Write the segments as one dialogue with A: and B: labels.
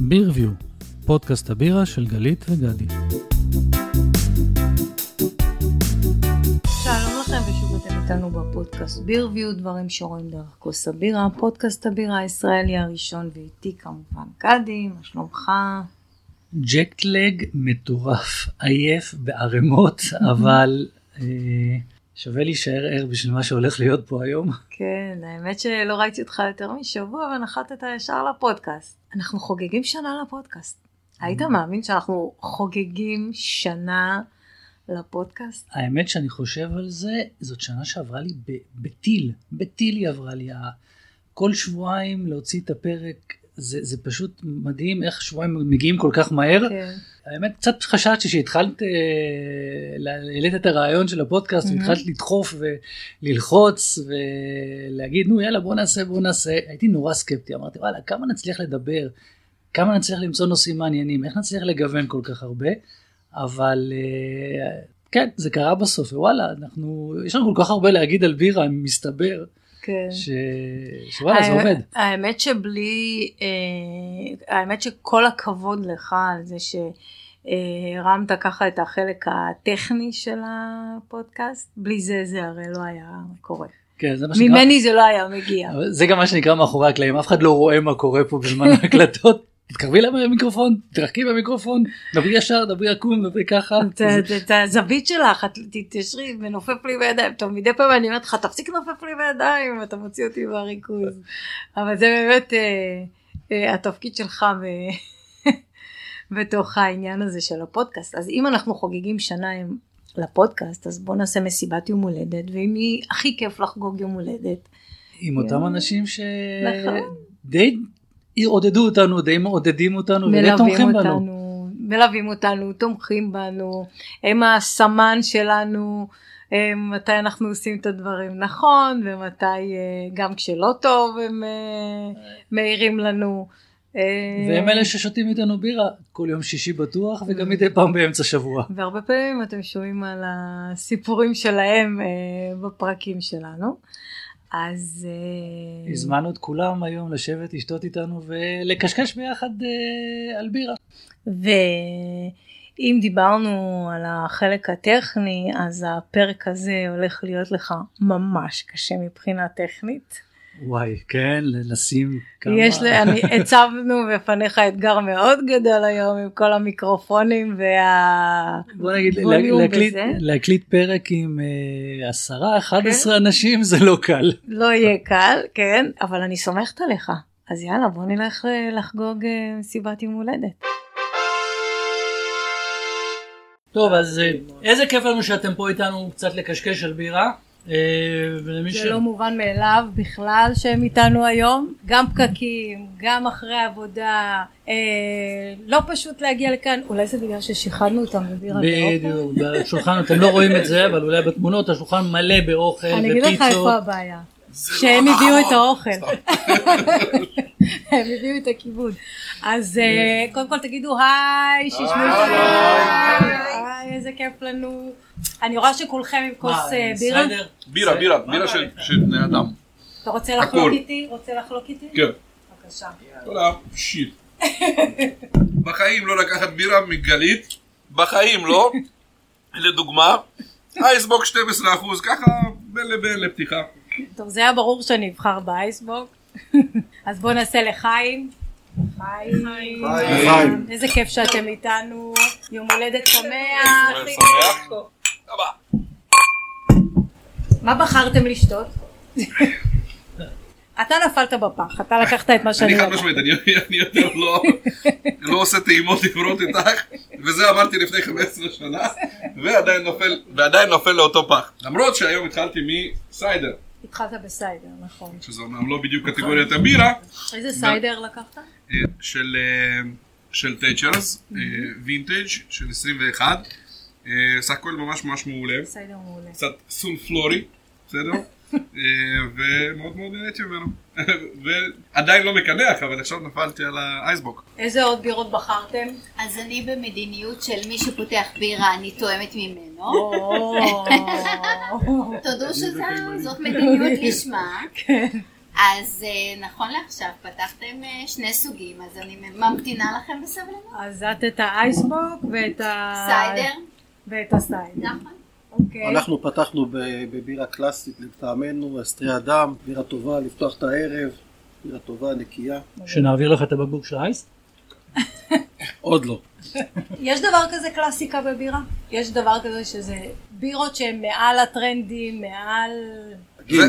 A: בירביו, פודקאסט הבירה של גלית וגדי.
B: שלום לכם ושוב אתם איתנו בפודקאסט בירביו, דברים שרואים דרך כוס הבירה, פודקאסט הבירה הישראלי הראשון ואיתי כמובן גדי, מה שלומך?
A: ג'קלג מטורף, עייף בערימות, אבל אה, שווה להישאר ער בשביל מה שהולך להיות פה היום.
B: כן, האמת שלא ראיתי אותך יותר משבוע ונחתת ישר לפודקאסט. אנחנו חוגגים שנה לפודקאסט. היית מאמין שאנחנו חוגגים שנה לפודקאסט?
A: האמת שאני חושב על זה, זאת שנה שעברה לי ב- בטיל, בטיל היא עברה לי. ה- כל שבועיים להוציא את הפרק, זה, זה פשוט מדהים איך שבועיים מגיעים כל כך מהר.
B: כן.
A: האמת, קצת חששתי שהתחלת, אה, ל- העלית את הרעיון של הפודקאסט,
B: Mhm.
A: והתחלת לדחוף וללחוץ ולהגיד, נו יאללה בוא נעשה, בוא נעשה. הייתי נורא סקפטי, אמרתי, וואלה, כמה נצליח לדבר, כמה נצליח למצוא נושאים מעניינים, איך נצליח לגוון כל כך הרבה, אבל אה, כן, זה קרה בסוף, ווואלה, אנחנו, יש לנו כל כך הרבה להגיד על בירה, מסתבר,
B: כן. אה,
A: ש... שוואלה, זה
B: האמת-
A: עובד.
B: האמת שבלי, אה, האמת שכל הכבוד לך על זה שהרמת ככה את החלק הטכני של הפודקאסט, בלי זה זה הרי לא היה קורה.
A: כן, זה מה שנקרא.
B: ממני זה לא היה מגיע.
A: אבל זה גם מה שנקרא מאחורי הקלעים, אף אחד לא רואה מה קורה פה בזמן ההקלטות. תתקרבי למיקרופון, תתרחקי במיקרופון, דברי ישר, דברי עקום, דברי ככה.
B: את ה- את הזווית שלך, את תשרי, מנופף לי בידיים, טוב מדי פעם אני אומרת לך תפסיק לנופף לי בידיים, אתה מוציא אותי מהריכוז, אבל זה באמת אה, אה, התפקיד שלך ב- בתוך העניין הזה של הפודקאסט, אז אם אנחנו חוגגים שנה עם- לפודקאסט, אז בוא נעשה מסיבת יום הולדת, ואם היא הכי כיף לחגוג יום הולדת,
A: עם אותם אנשים
B: נכון.
A: שדי עודדו אותנו, די מעודדים אותנו, ודי
B: מלווים
A: תומכים בנו.
B: אותנו, מלווים אותנו, תומכים בנו, הם הסמן שלנו, הם מתי אנחנו עושים את הדברים נכון, ומתי אה, גם כשלא טוב הם אה, מעירים לנו. אה,
A: והם אלה ששותים איתנו בירה כל יום שישי בטוח,
B: נכון.
A: וגם מדי פעם באמצע שבוע.
B: והרבה פעמים אתם שומעים על הסיפורים שלהם אה, בפרקים שלנו. אז... אה,
A: הזמנו את כולם היום לשבת, לשתות איתנו ולקשקש ביחד אה, על בירה.
B: ואם דיברנו על החלק הטכני, אז הפרק הזה הולך להיות לך ממש קשה מבחינה טכנית.
A: וואי, כן, לשים כמה...
B: יש, ל- אני, הצבנו בפניך אתגר מאוד גדול היום עם כל המיקרופונים וה...
A: בוא נגיד,
B: ווליום
A: לה- להקליט,
B: וזה.
A: להקליט פרק עם אה, עשרה, אחד עשרה
B: כן.
A: אנשים זה לא קל.
B: לא יהיה קל, כן, אבל אני סומכת עליך. אז יאללה, בוא נלך אה, לחגוג אה, מסיבת יום הולדת.
A: טוב, אז אה, איזה כיף לנו שאתם פה איתנו קצת לקשקש על בירה. אה, ולמי ש...
B: זה לא מובן מאליו בכלל שהם איתנו היום, גם פקקים, גם אחרי עבודה, אה, לא פשוט להגיע לכאן, אולי זה בגלל ששיחדנו אותם לא? בבירה באוכל?
A: בדיוק, בשולחן, אתם לא רואים את זה, אבל אולי בתמונות השולחן מלא באוכל
B: אני אגיד לך איפה
A: ופיצות.
B: הבעיה, שהם הביאו את האוכל, הם הביאו את הכיבוד. אז אה, קודם כל תגידו היי, שישמעו אותנו, היי, איזה כיף לנו. אני רואה שכולכם עם
A: מה,
B: כוס אה, בירה,
A: סיידר?
C: בירה, בירה, בירה של- של בני אדם.
B: אתה רוצה לחלוק
C: הכל.
B: איתי? רוצה לחלוק איתי?
C: כן.
B: בבקשה.
C: כל השיט. בחיים לא לקחת בירה מגלית, בחיים לא. לדוגמה, אייסבוק 12%, ככה בין לבין לפתיחה.
B: טוב, זה היה ברור שאני אבחר באייסבוק. אז בואו נעשה לחיים. חיים.
C: חיים.
B: איזה כיף שאתם איתנו. יום הולדת שמח.
C: שמח. הבא.
B: מה בחרתם לשתות? אתה נפלת בפח, אתה לקחת את מה שאני לא-
C: אני חד
B: לקחתי.
C: משמעית, אני- אני יותר לא- לא עושה טעימות עברות איתך, וזה אמרתי לפני 15 שנה, ועדיין נופל- ועדיין נופל לאותו פח. למרות שהיום התחלתי מסיידר,
B: התחלת בסיידר, נכון.
C: שזה אומנם לא בדיוק קטגוריית הבירה,
B: איזה סיידר לקחת?
C: אה, של, אה, של תאצ'רס, וינטג' של 21, אה, אה, סך הכל ממש ממש מעולה.
B: סיידר מעולה.
C: קצת סולפלורי, בסדר? אה, ומאוד מאוד נהניתי ממנו. ועדיין לא מקנח, אבל עכשיו נפלתי על האייסבוק.
B: איזה עוד בירות בחרתם?
D: אז אני במדיניות של מי שפותח בירה, אני תואמת ממנו. תודו שזאת מדיניות לשמה. אז אה, נכון לעכשיו פתחתם אה, שני סוגים, אז אני ממתינה לכם בסבלנות.
B: אז את את האייסבוק ואת ה...
D: סיידר,
B: ואת הסיידר.
D: נכון.
B: אוקיי.
E: אנחנו פתחנו ב- בבירה קלאסית לטעמנו, אסטרי אדם, בירה טובה, לפתוח את הערב, בירה טובה, נקייה.
A: שנעביר לך את הבקבוק של האייס?
E: עוד לא.
B: יש דבר כזה קלאסיקה בבירה? יש דבר כזה שזה בירות שהן מעל הטרנדים, מעל...
E: גינס.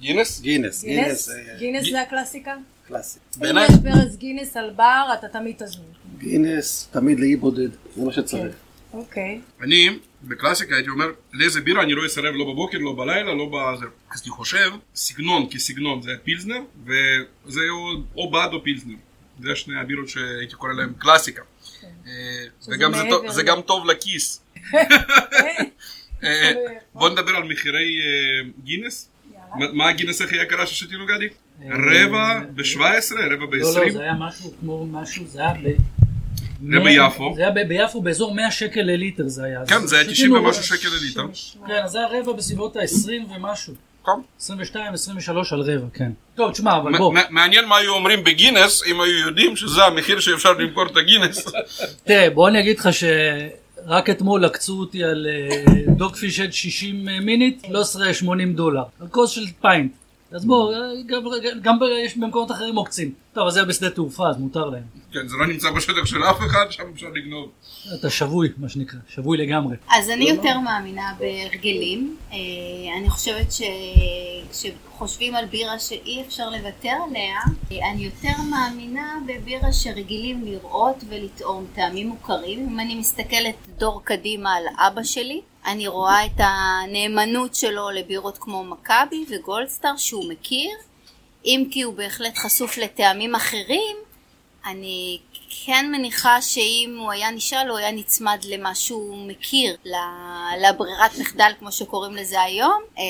C: גינס?
E: גינס,
B: גינס?
E: גינס, אה,
B: גינס זה הקלאסיקה?
E: קלאסי.
B: אם
C: בעיניי-
B: יש ברז גינס על בר, אתה תמיד תזמין.
E: גינס תמיד לאי בודד, זה מה שצריך.
B: אוקיי.
C: אני, בקלאסיקה הייתי אומר, לאיזה בירה אני לא אסרב לא בבוקר, לא בלילה, לא בזה. אז אני חושב, סגנון כסגנון זה פילזנר, וזה או- או בד או פילזנר. זה שני הבירות שהייתי קורא להם קלאסיקה. אה,
B: כן. שזה
C: וגם זה טוב-
B: מעבר.
C: זה גם טוב לכיס. אה,
B: כן.
C: בוא נדבר על מחירי אה, גינס. מה- מה הגינס הכי יקרה ששתינו גדי? רבע ב-17, רבע
A: אה, לא, לא, זה
C: ב-20.
A: היה משהו כמו משהו, זה היה ב...
C: זה
A: מאה-
C: ביפו.
A: זה היה ב- ביפו באזור 100 שקל לליטר זה היה.
C: כן,
A: אז
C: זה היה
A: שתינו
C: 90
A: רבע-
C: ומשהו שקל לליטר.
A: כן, אז זה היה רבע בסביבות ה-20 ומשהו.
C: טוב.
A: 22, 23 על רבע, כן. טוב, תשמע, אבל
C: מע-
A: בוא,
C: מע- מעניין מה היו אומרים בגינס, אם היו יודעים שזה המחיר שאפשר למכור את הגינס.
A: תראה, בוא אני אגיד לך שרק אתמול עקצו אותי על אה, דוגפיש עד 60 אה, מינית, 13.80 דולר. על כוס של פיינט. אז בוא, אה, גם, גם ב- יש במקומות אחרים עוקצים. טוב, אז זה בשדה תעופה, אז מותר להם.
C: כן, זה לא נמצא בשטח של אף אחד, שם אפשר לגנוב.
A: אתה שבוי, מה שנקרא, שבוי לגמרי.
D: אז אני יותר מאמינה בהרגלים. אה, אני חושבת שכשחושבים על בירה שאי אפשר לוותר עליה, אה, אני יותר מאמינה בבירה שרגילים לראות ולטעום טעמים מוכרים. אם אני מסתכלת דור קדימה על אבא שלי, אני רואה את הנאמנות שלו לבירות כמו מכבי וגולדסטאר שהוא מכיר, אם כי הוא בהחלט חשוף לטעמים אחרים, אני כן מניחה שאם הוא היה נשאל הוא היה נצמד למה שהוא מכיר, ל- לברירת מחדל כמו שקוראים לזה היום, אה,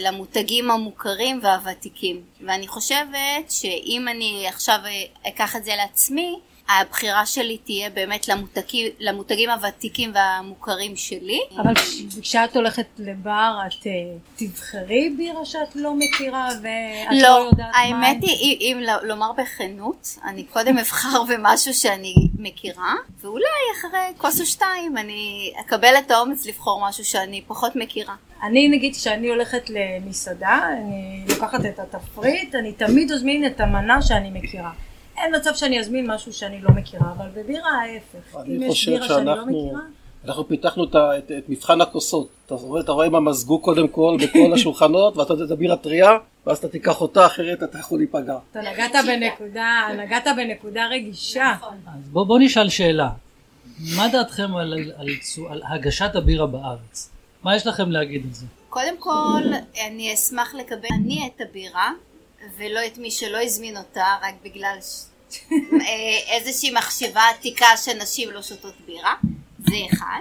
D: למותגים המוכרים והוותיקים. ואני חושבת שאם אני עכשיו אה, אקח את זה לעצמי, הבחירה שלי תהיה באמת למותגים, למותגים הוותיקים והמוכרים שלי.
B: אבל כש- כשאת הולכת לבר, את אה, תבחרי בירה שאת לא מכירה ואת לא,
D: לא,
B: יודעת מה...
D: האמת היא, אם, אם ל- לומר בכנות, אני קודם אבחר במשהו שאני מכירה, ואולי אחרי כוס או שתיים אני אקבל את האומץ לבחור משהו שאני פחות מכירה.
B: אני נגיד כשאני הולכת למסעדה, אני לוקחת את התפריט, אני תמיד אזמין את המנה שאני מכירה. אין מצב שאני אזמין משהו שאני לא מכירה, אבל בבירה ההפך. אם
E: אני
B: יש
E: חושב
B: בירה שאני לא
E: שאנחנו
B: מכירה,
E: אנחנו פיתחנו את, ה- את, את מבחן הכוסות. אתה רואה, אתה רואה מה מזגו קודם כל בכל השולחנות, ואתה יודע את הבירה טריה, ואז אתה תיקח אותה, אחרת אתה יכול להיפגע.
B: אתה נגעת בנקודה, נגעת בנקודה רגישה.
A: אז בוא, בוא נשאל שאלה. מה דעתכם על, על, על, צו- על הגשת הבירה בארץ? מה יש לכם להגיד על זה?
D: קודם כל, אני אשמח לקבל אני את הבירה, ולא את מי שלא הזמין אותה, רק בגלל ש... אה, איזושהי מחשבה עתיקה שנשים לא שותות בירה, זה אחד.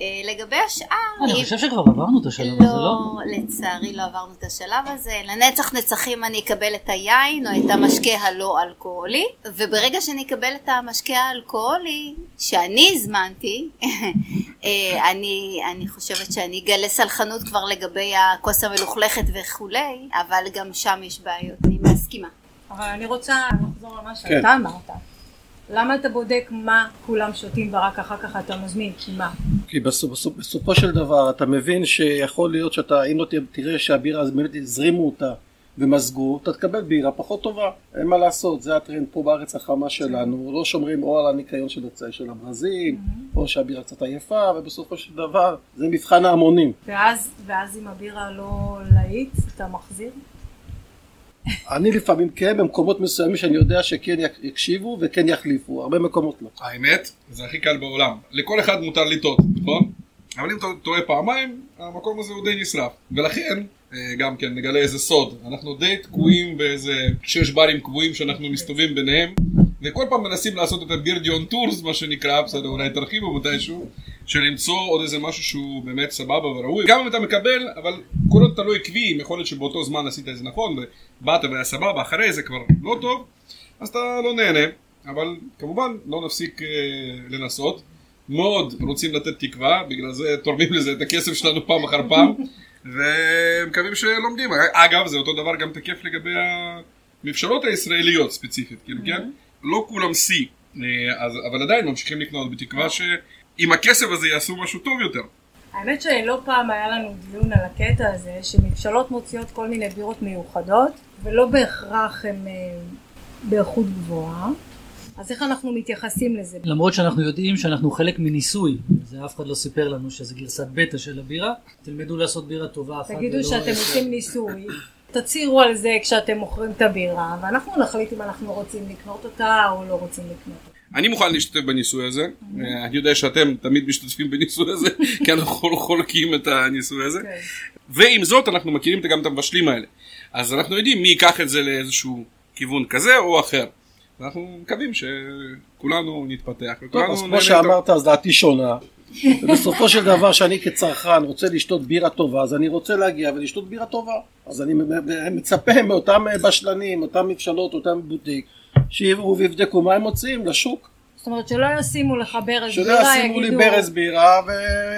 D: אה, לגבי השאר,
A: אני
D: אם-
A: חושב שכבר עברנו את השלב הזה, לא?
D: לא, לצערי לא עברנו את השלב הזה. לנצח נצחים אני אקבל את היין או את המשקה הלא אלכוהולי, וברגע שאני אקבל את המשקה האלכוהולי שאני הזמנתי, אה, אני, אני חושבת שאני אגלה סלחנות כבר לגבי הכוס המלוכלכת וכולי, אבל גם שם יש בעיות, אני מסכימה.
B: אבל אני רוצה לחזור על מה
E: כן.
B: שאתה אמרת. למה אתה בודק מה כולם שותים ורק אחר כך אתה מזמין? כי מה?
E: כי בסופ, בסופ, בסופו של דבר אתה מבין שיכול להיות שאתה, אם לא ת- תראה שהבירה אז באמת הזרימו אותה ומזגו, אתה תקבל בירה פחות טובה. אין מה לעשות, זה הטרנד פה בארץ החמה שלנו, לא שומרים או על הניקיון של, הצ- של הברזים, או שהבירה קצת עייפה, ובסופו של דבר זה מבחן ההמונים.
B: ואז, ואז אם הבירה לא להיט, אתה מחזיר?
E: אני לפעמים כן, במקומות מסוימים שאני יודע שכן יק- יקשיבו וכן יחליפו, הרבה מקומות לא.
C: האמת, זה הכי קל בעולם. לכל אחד מותר לטעות, נכון? אבל אם אתה טועה פעמיים, המקום הזה הוא די נשרף. ולכן, אה, גם כן, נגלה איזה סוד. אנחנו די תקועים באיזה שש ברים קבועים שאנחנו מסתובבים ביניהם, וכל פעם מנסים לעשות את הבירדיון טורס, מה שנקרא, בסדר, אולי תרחיבו מתישהו, של למצוא עוד איזה משהו שהוא באמת סבבה וראוי. גם אם אתה מקבל, אבל כל עוד אתה לא עקבי, אם יכול להיות שבאותו זמן עשית את זה נכון, ובאת והיה סבבה, אחרי זה כבר לא טוב, אז אתה לא נהנה. אבל כמובן, לא נפסיק אה, לנסות. מאוד רוצים לתת תקווה, בגלל זה תורמים לזה את הכסף שלנו פעם אחר פעם, ומקווים שלומדים. אגב, זה אותו דבר גם תקף לגבי הממשלות הישראליות ספציפית, כאילו, כן? לא כולם שיא, אה, אז- אבל עדיין ממשיכים לקנות בתקווה שעם הכסף הזה יעשו משהו טוב יותר.
B: האמת שלא פעם היה לנו דיון על הקטע הזה, שמבשלות מוציאות כל מיני בירות מיוחדות, ולא בהכרח הן אה, באיכות גבוהה. אז איך אנחנו מתייחסים לזה?
A: למרות שאנחנו יודעים שאנחנו חלק מניסוי, זה אף אחד לא סיפר לנו שזה גרסת בטא של הבירה, תלמדו לעשות בירה טובה אחת.
B: תגידו
A: ולא
E: לא
B: שאתם
A: עשר.
B: עושים ניסוי, תצהירו על זה כשאתם מוכרים את הבירה, ואנחנו נחליט אם אנחנו רוצים לקנות אותה או לא רוצים לקנות אותה.
C: אני מוכן להשתתף בניסוי הזה, אה, אני יודע שאתם תמיד משתתפים בניסוי הזה, כי אנחנו חולקים את הניסוי הזה.
B: כן.
C: ועם זאת אנחנו מכירים גם את המבשלים האלה. אז אנחנו יודעים מי ייקח את זה לאיזשהו כיוון כזה או אחר. אנחנו מקווים שכולנו נתפתח.
E: טוב,
C: וכולנו
E: אז
C: נהנה
E: כמו שאמרת, אז דעתי שונה. ובסופו של דבר, שאני כצרכן רוצה לשתות בירה טובה, אז אני רוצה להגיע ולשתות בירה טובה. אז אני מצפה מאותם אה, בשלנים, אותם מבשלות, אותם בוטיק, שיבואו ויבדקו מה הם מוציאים לשוק.
B: זאת אומרת שלא ישימו לך ברז
E: שלא
B: בירה,
E: ישימו לי
B: יגידו... אה,
E: ברז בירה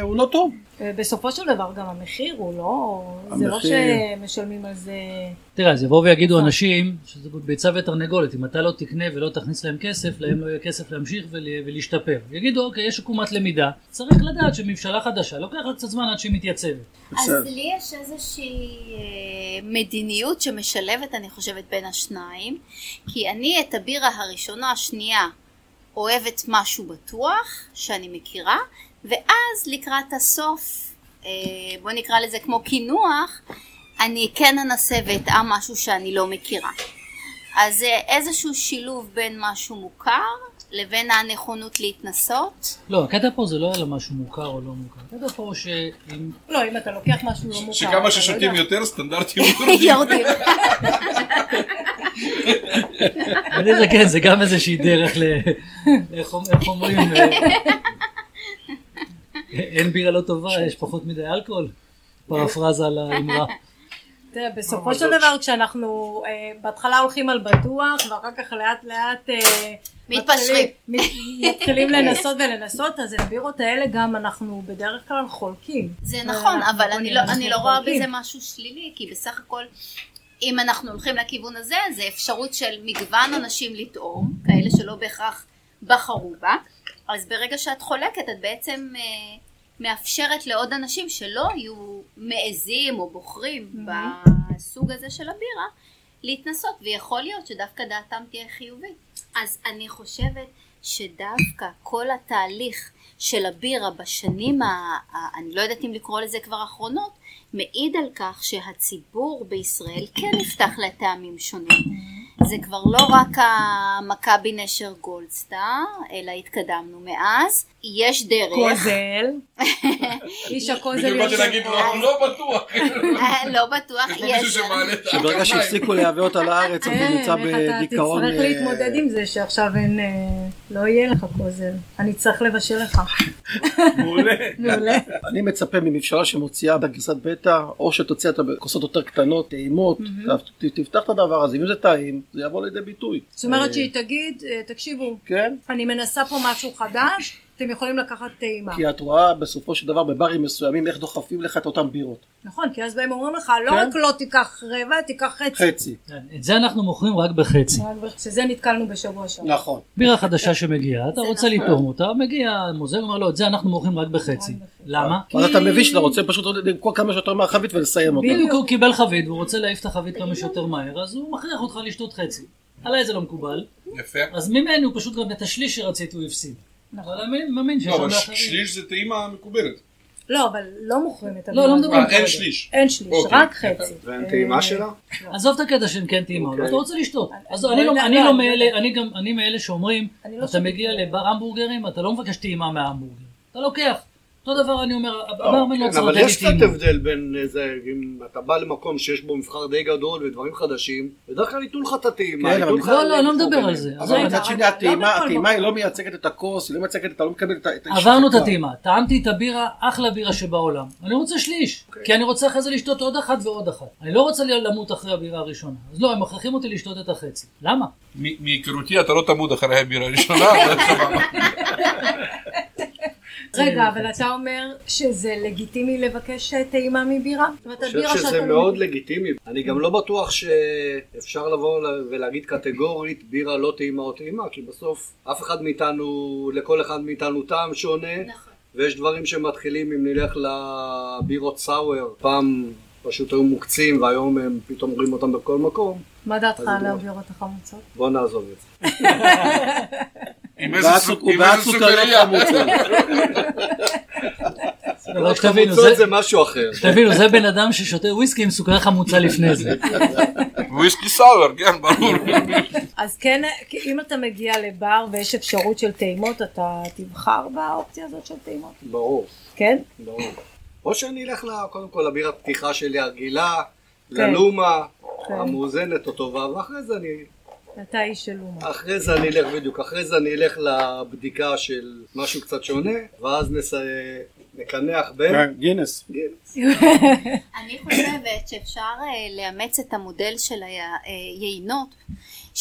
E: והוא לא טוב.
B: בסופו של דבר גם המחיר הוא לא... זה לא
E: המחיר.
B: שמשלמים על זה...
A: תראה, אז יבואו ויגידו
B: נכון.
A: אנשים שזה ביצה ותרנגולת, אם אתה לא תקנה ולא תכניס להם כסף, להם לא יהיה כסף להמשיך ול, ולהשתפר. יגידו, אוקיי, יש עקומת למידה, צריך לדעת שממשלה חדשה, לוקח לה קצת זמן עד שהיא מתייצבת.
D: אז
E: בסדר.
D: לי יש איזושהי אה, מדיניות שמשלבת, אני חושבת, בין השניים, כי אני את הבירה הראשונה, השנייה, אוהבת משהו בטוח, שאני מכירה, ואז לקראת הסוף, אה, בוא נקרא לזה כמו קינוח, אני כן אנסה ואטעם משהו שאני לא מכירה. אז זה איזשהו שילוב בין משהו מוכר לבין הנכונות להתנסות.
A: לא, הקטע פה זה לא היה לה משהו מוכר או לא מוכר. הקטע פה שאם...
B: לא, אם אתה לוקח משהו לא מוכר. אתה לא
C: שכמה ששותים
B: יודע.
C: יותר סטנדרטים יורדים.
D: יורדים.
A: אבל זה כן, זה גם איזושהי דרך ל... איך אומ- איך אומרים? אה, אין בירה לא טובה, יש פחות מדי אלכוהול. פרפרזה על האמרה.
B: תראה, בסופו של דבר כשאנחנו אה, בהתחלה הולכים על בטוח ואחר כך לאט לאט אה,
D: מתפשרים.
B: מתחילים- מתחילים לנסות ולנסות אז את הבירות האלה גם אנחנו בדרך כלל חולקים. אה,
D: זה נכון,
B: אנחנו
D: אבל אני
B: קונים,
D: לא,
B: אנחנו
D: אני לא רואה
B: חולקים.
D: בזה משהו שלילי, כי בסך הכל, אם אנחנו הולכים לכיוון הזה, זה אפשרות של מגוון אנשים לטעום, כאלה שלא בהכרח בחרו בה, אז ברגע שאת חולקת, את בעצם אה, מאפשרת לעוד אנשים שלא יהיו מעזים או בוחרים בסוג הזה של הבירה, להתנסות, ויכול להיות שדווקא דעתם תהיה חיובית. אז אני חושבת שדווקא כל התהליך של הבירה בשנים, ה- ה- אני לא יודעת אם לקרוא לזה כבר אחרונות, מעיד על כך שהציבור בישראל כן נפתח לטעמים שונים. זה כבר לא רק המכבי נשר גולדסטאר, אלא התקדמנו מאז. יש דרך.
B: קוזל. איש
C: בדיוק
B: הקוזל
C: באתי
B: יושב
C: להגיד,
B: פה.
C: לא לא בטוח.
D: אה, לא בטוח,
C: יש פה מישהו
D: יש.
C: שמעלה את
E: שברגע שהפסיקו לייבא אותה לארץ, אז
B: כן,
E: הוא נמצא
B: לא איך אתה
E: בדיכאון.
B: תצטרך
E: אה,
B: להתמודד עם זה שעכשיו אין, אה, לא יהיה לך קוזל, אני אצטרך לבשל לך.
C: מעולה.
B: מעולה.
E: אני מצפה מממשלה שמוציאה בגרסת בטא, או שתוציא אותה בכוסות יותר קטנות, טעימות, ת- תפתח את הדבר הזה, אם זה טעים, זה יבוא לידי ביטוי.
B: זאת אומרת
E: אה,
B: שהיא תגיד, אה, תקשיבו,
E: כן,
B: אני מנסה פה משהו חדש, אתם יכולים לקחת טעימה.
E: כי את רואה בסופו של דבר בברים מסוימים איך דוחפים לך את אותן בירות.
B: נכון, כי אז בהם אומרים לך, לא
E: כן.
B: רק לא תיקח רבע, תיקח חצי.
E: חצי.
A: את זה אנחנו מוכרים רק בחצי.
B: רק שזה נתקלנו בשבוע שעבר.
E: נכון.
A: בירה חדשה שמגיעה, אתה רוצה לטעום אותה, מגיע המוזר, אומר לו, את זה אנחנו מוכרים רק בחצי. למה?
E: אז אתה מבין שאתה רוצה פשוט למכור כמה שיותר מהחבית ולסיים אותה.
A: בדיוק הוא קיבל חבית והוא רוצה להעיף את החבית כמה שיותר מהר, אז הוא מכריח אותך לשתות חצי. עליי זה לא מקובל,
C: יפה.
A: אז ממנו פשוט גם את השליש שרציתי הוא הפסיד. אבל אני מאמין שיש
C: לא,
A: הרבה
C: אבל ש-
A: אחרים.
C: שליש זה טעימה מקובלת.
B: לא, אבל לא מוכרים את
A: לא, לא מדברים
C: אה,
A: כרגע.
C: אין שליש.
B: אין שליש,
C: אוקיי.
B: רק חצי.
F: ואין
A: אה,
F: טעימה שלה?
A: לא. עזוב את הקטע שהם כן טעימה, אבל אתה רוצה לשתות. אז אני לא-
B: לא,
A: אני
B: לא,
A: לא
B: אני
A: מאלה, אני גם, אני מאלה שאומרים,
B: אני לא
A: אתה
B: שותית.
A: מגיע לבר המבורגרים, אתה לא מבקש טעימה מההמבורגר. אתה לוקח. אותו דבר אני אומר, הברמן לא
F: כן,
A: צריך
F: אבל
A: לתת
F: יש
A: איתי
F: קצת
A: אימון.
F: הבדל בין אה, זה, אם אתה בא למקום שיש בו מבחר די גדול ודברים חדשים, בדרך כלל ייתנו לך את הטעימה.
E: כן, אבל
F: ייתנו לך-
A: לא, לא, לא מדבר על זה. עזוב.
E: אבל מצד שני הטעימה,
G: בכל
E: הטעימה היא לא מייצגת את הכוס, היא לא מייצגת, אתה לא מקבל את ה... את
A: עברנו את
E: ההשתקה.
A: הטעימה, טעמתי את הבירה, אחלה בירה שבעולם. אני רוצה שליש, כי אני רוצה אחרי זה לשתות עוד אחת ועוד אחת. אני לא רוצה למות אחרי הבירה הראשונה. אז לא, הם מכריחים אותי לשתות את החצי. למה?
C: מ- מהיכרותי אתה לא תמוד אחרי הבירה הראשונה, אבל סבבה.
G: רגע, אבל אתה אומר שזה לגיטימי לבקש אה, טעימה מבירה? זאת אומרת,
F: אני
G: הבירה
F: חושב שזה
A: לא
G: שאתה...
F: מאוד לגיטימי. אני
A: כן.
F: גם לא בטוח שאפשר לבוא ל- ולהגיד קטגורית בירה לא טעימה או טעימה, כי בסוף אף אחד מאיתנו, לכל אחד מאיתנו טעם שונה,
D: נכון.
F: ויש דברים שמתחילים אם נלך לבירות סאואר, פעם פשוט היו מוקצים והיום הם פתאום רואים אותם בכל מקום,
G: מה דעתך על
F: הבירה.
G: הבירות החמוצות?
F: בוא נעזוב את זה.
C: עם
E: הוא
C: איזה
E: בעד
C: סוג-
E: סוכ- הוא
C: עם
E: בעד
C: איזה
E: סוכריות
C: סוכריה.
E: חמוצות.
A: אבל שתבינו,
F: חמוצות
A: זה-
F: זה משהו אחר.
A: תבינו, זה בן אדם ששותה וויסקי עם סוכר חמוצה לפני זה.
C: וויסקי סאואר, כן, ברור.
G: אז כן, אם אתה מגיע לבר ויש אפשרות של טעימות, אתה תבחר באופציה הזאת של טעימות,
F: ברור,
G: כן?
F: ברור. או שאני אלך ל- קודם כל לבירת פתיחה שלי הרגילה, ללומה,
G: כן.
F: המאוזנת או טובה, ואחרי זה אני
G: אתה איש של אומה.
F: אחרי זה אני אלך בדיוק, אחרי זה אני אלך לבדיקה של משהו קצת שונה, ואז נס... נקנח בין...
E: כן, גינס.
D: אני חושבת שאפשר אה, לאמץ את המודל של היינות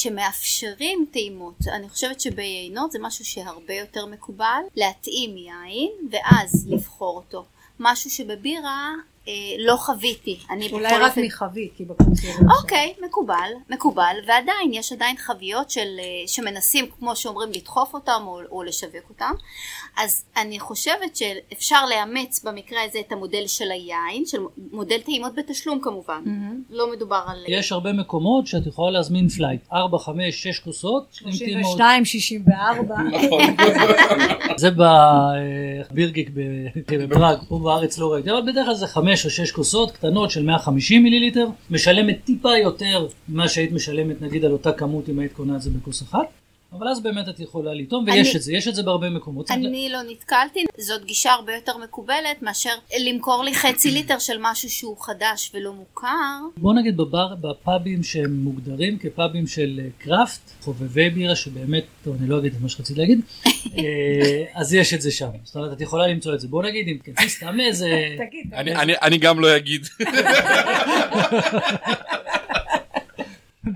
D: שמאפשרים טעימות. אני חושבת שביינות זה משהו שהרבה יותר מקובל, להתאים יין ואז לבחור אותו. משהו שבבירה אה, לא חוויתי. אני
G: אולי
D: בכל
G: רק
D: אופן-
G: מחביא, כי בקונסוליה עכשיו.
D: אוקיי, מקובל, מקובל, ועדיין, יש עדיין חביות של, אה, שמנסים, כמו שאומרים, לדחוף אותם או, או לשווק אותם. אז אני חושבת שאפשר לאמץ במקרה הזה את המודל של היין, של מודל טעימות בתשלום כמובן.
G: מהמם.
D: לא מדובר על...
A: יש הרבה מקומות שאת יכולה להזמין פלייט, 4, 5, 6 כוסות, עם טעימות.
G: 32, 64.
A: זה אה, בבירגיק בפראג, פה בארץ לא ראיתי, אבל בדרך כלל זה חמש או שש כוסות קטנות של 150 מיליליטר, משלמת טיפה יותר ממה שהיית משלמת נגיד על אותה כמות אם היית קונה את זה בכוס אחת, אבל אז באמת את יכולה לטעום, ויש
D: אני-
A: את זה, יש את זה בהרבה מקומות. צריך ל-
D: אני לא נתקלתי, זאת גישה הרבה יותר מקובלת מאשר למכור לי חצי ליטר של משהו שהוא חדש ולא מוכר.
A: בוא נגיד בבר, בפאבים שהם מוגדרים כפאבים של אה, קראפט, חובבי בירה שבאמת, טוב אני לא אגיד את מה שרציתי להגיד, אה, אז יש את זה שם, זאת אומרת את יכולה למצוא את זה, בוא נגיד אם תכנסי סתם לאיזה...
G: תגיד,
C: אני- אני- אני גם לא אגיד.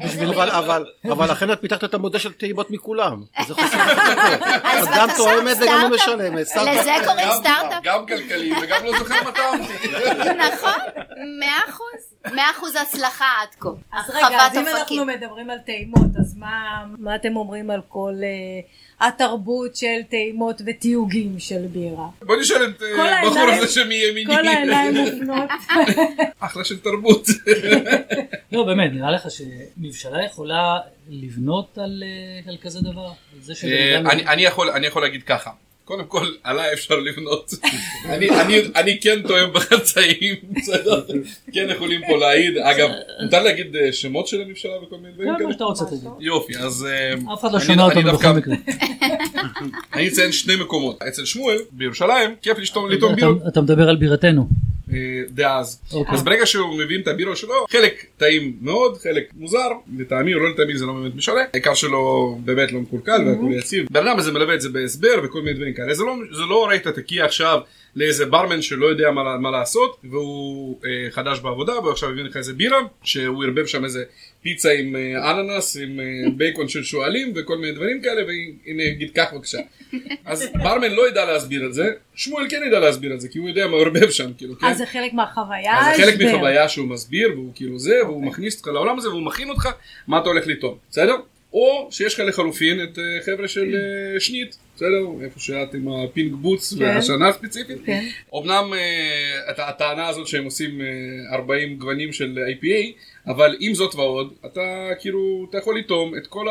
D: איזה
E: אבל- אבל- אבל לכן את פיתחת את המודל של טעימות מכולם. זה חוסר
D: אז
E: את גם
D: בבקשה,
E: תואמת וגם לא
D: סטארט-אפ.
E: משלמת. סטארט-אפ.
D: לזה קוראים
C: גם-
D: סטארט-אפ.
C: גם כלכלי וגם לא זוכר מה טעמתי.
D: נכון, מאה אחוז. מאה אחוז הצלחה עד כה.
G: אז רגע, אז אם
D: הרחבת
G: אנחנו
D: אופקים.
G: מדברים על טעימות, אז מה, מה אתם אומרים על כל אה, התרבות של טעימות ותיוגים של בירה?
C: בוא נשאל את
G: כל
C: אה,
G: העיניים-
C: הבחור הזה שמימיני.
G: כל העיניים מופנות.
C: אחלה של תרבות. אה,
A: לא באמת, נראה לך שממשלה יכולה לבנות על, אה, על כזה דבר? על זה
C: אה,
A: שבן אדם-
C: אני- אני יכול- אני יכול להגיד ככה. קודם כל, עליי אפשר לבנות. אני- אני- אני כן טועם בחצאים, בסדר? כן יכולים פה להעיד. אגב, מותר להגיד אה, שמות של הממשלה וכל מיני דברים
A: כן, מה
C: כאלה?
A: שאתה רוצה תגיד.
C: יופי, אז... אה,
A: אף אחד לא
C: אני-
A: שמע
C: אני
A: אותנו
C: דווקא-
A: בכל מקרה.
C: אני אציין שני מקומות. אצל שמואל, בירושלים, כיף לשתום
A: אה,
C: לטעום בירות.
A: אתה- אתה מדבר על בירתנו.
C: אה, דאז.
A: אוקיי.
C: אז ברגע שהוא מבין את הבירה שלו, חלק טעים מאוד, חלק מוזר, לטעמי או לא לטעמי זה לא באמת משנה, העיקר שלו באמת לא מקולקל והכל יציב. בן אדם הזה מלווה את זה בהסבר וכל מיני דברים כאלה, זה לא, זה לא ראית תקיע עכשיו לאיזה ברמן שלא יודע מה, מה לעשות, והוא אה, חדש בעבודה, והוא עכשיו הביא לך איזה בירה, שהוא ערבב שם איזה פיצה עם אה, אננס, עם אה, בייקון של שועלים וכל מיני דברים כאלה, והנה יגיד כך בבקשה. אז ברמן לא ידע להסביר את זה, שמואל כן ידע להסביר את זה, כי הוא יודע מה הוא ערבב שם, כאילו, כן?
G: אז אה, זה חלק מהחוויה.
C: אז אה, זה חלק
G: ההסבר.
C: מחוויה שהוא מסביר והוא כאילו זה
G: אוקיי.
C: והוא מכניס אותך לעולם הזה והוא מכין אותך מה אתה הולך לטעום בסדר? או שיש לך לחלופין את אה, חבר'ה של אה, שנית בסדר? איפה שאת עם הפינק בוץ
G: כן.
C: והשנה הספציפית.
G: כן.
C: אמנם אה, הט- הטענה הזאת שהם עושים אה, 40 גוונים של IPA אבל עם זאת ועוד אתה כאילו אתה יכול לטעום את כל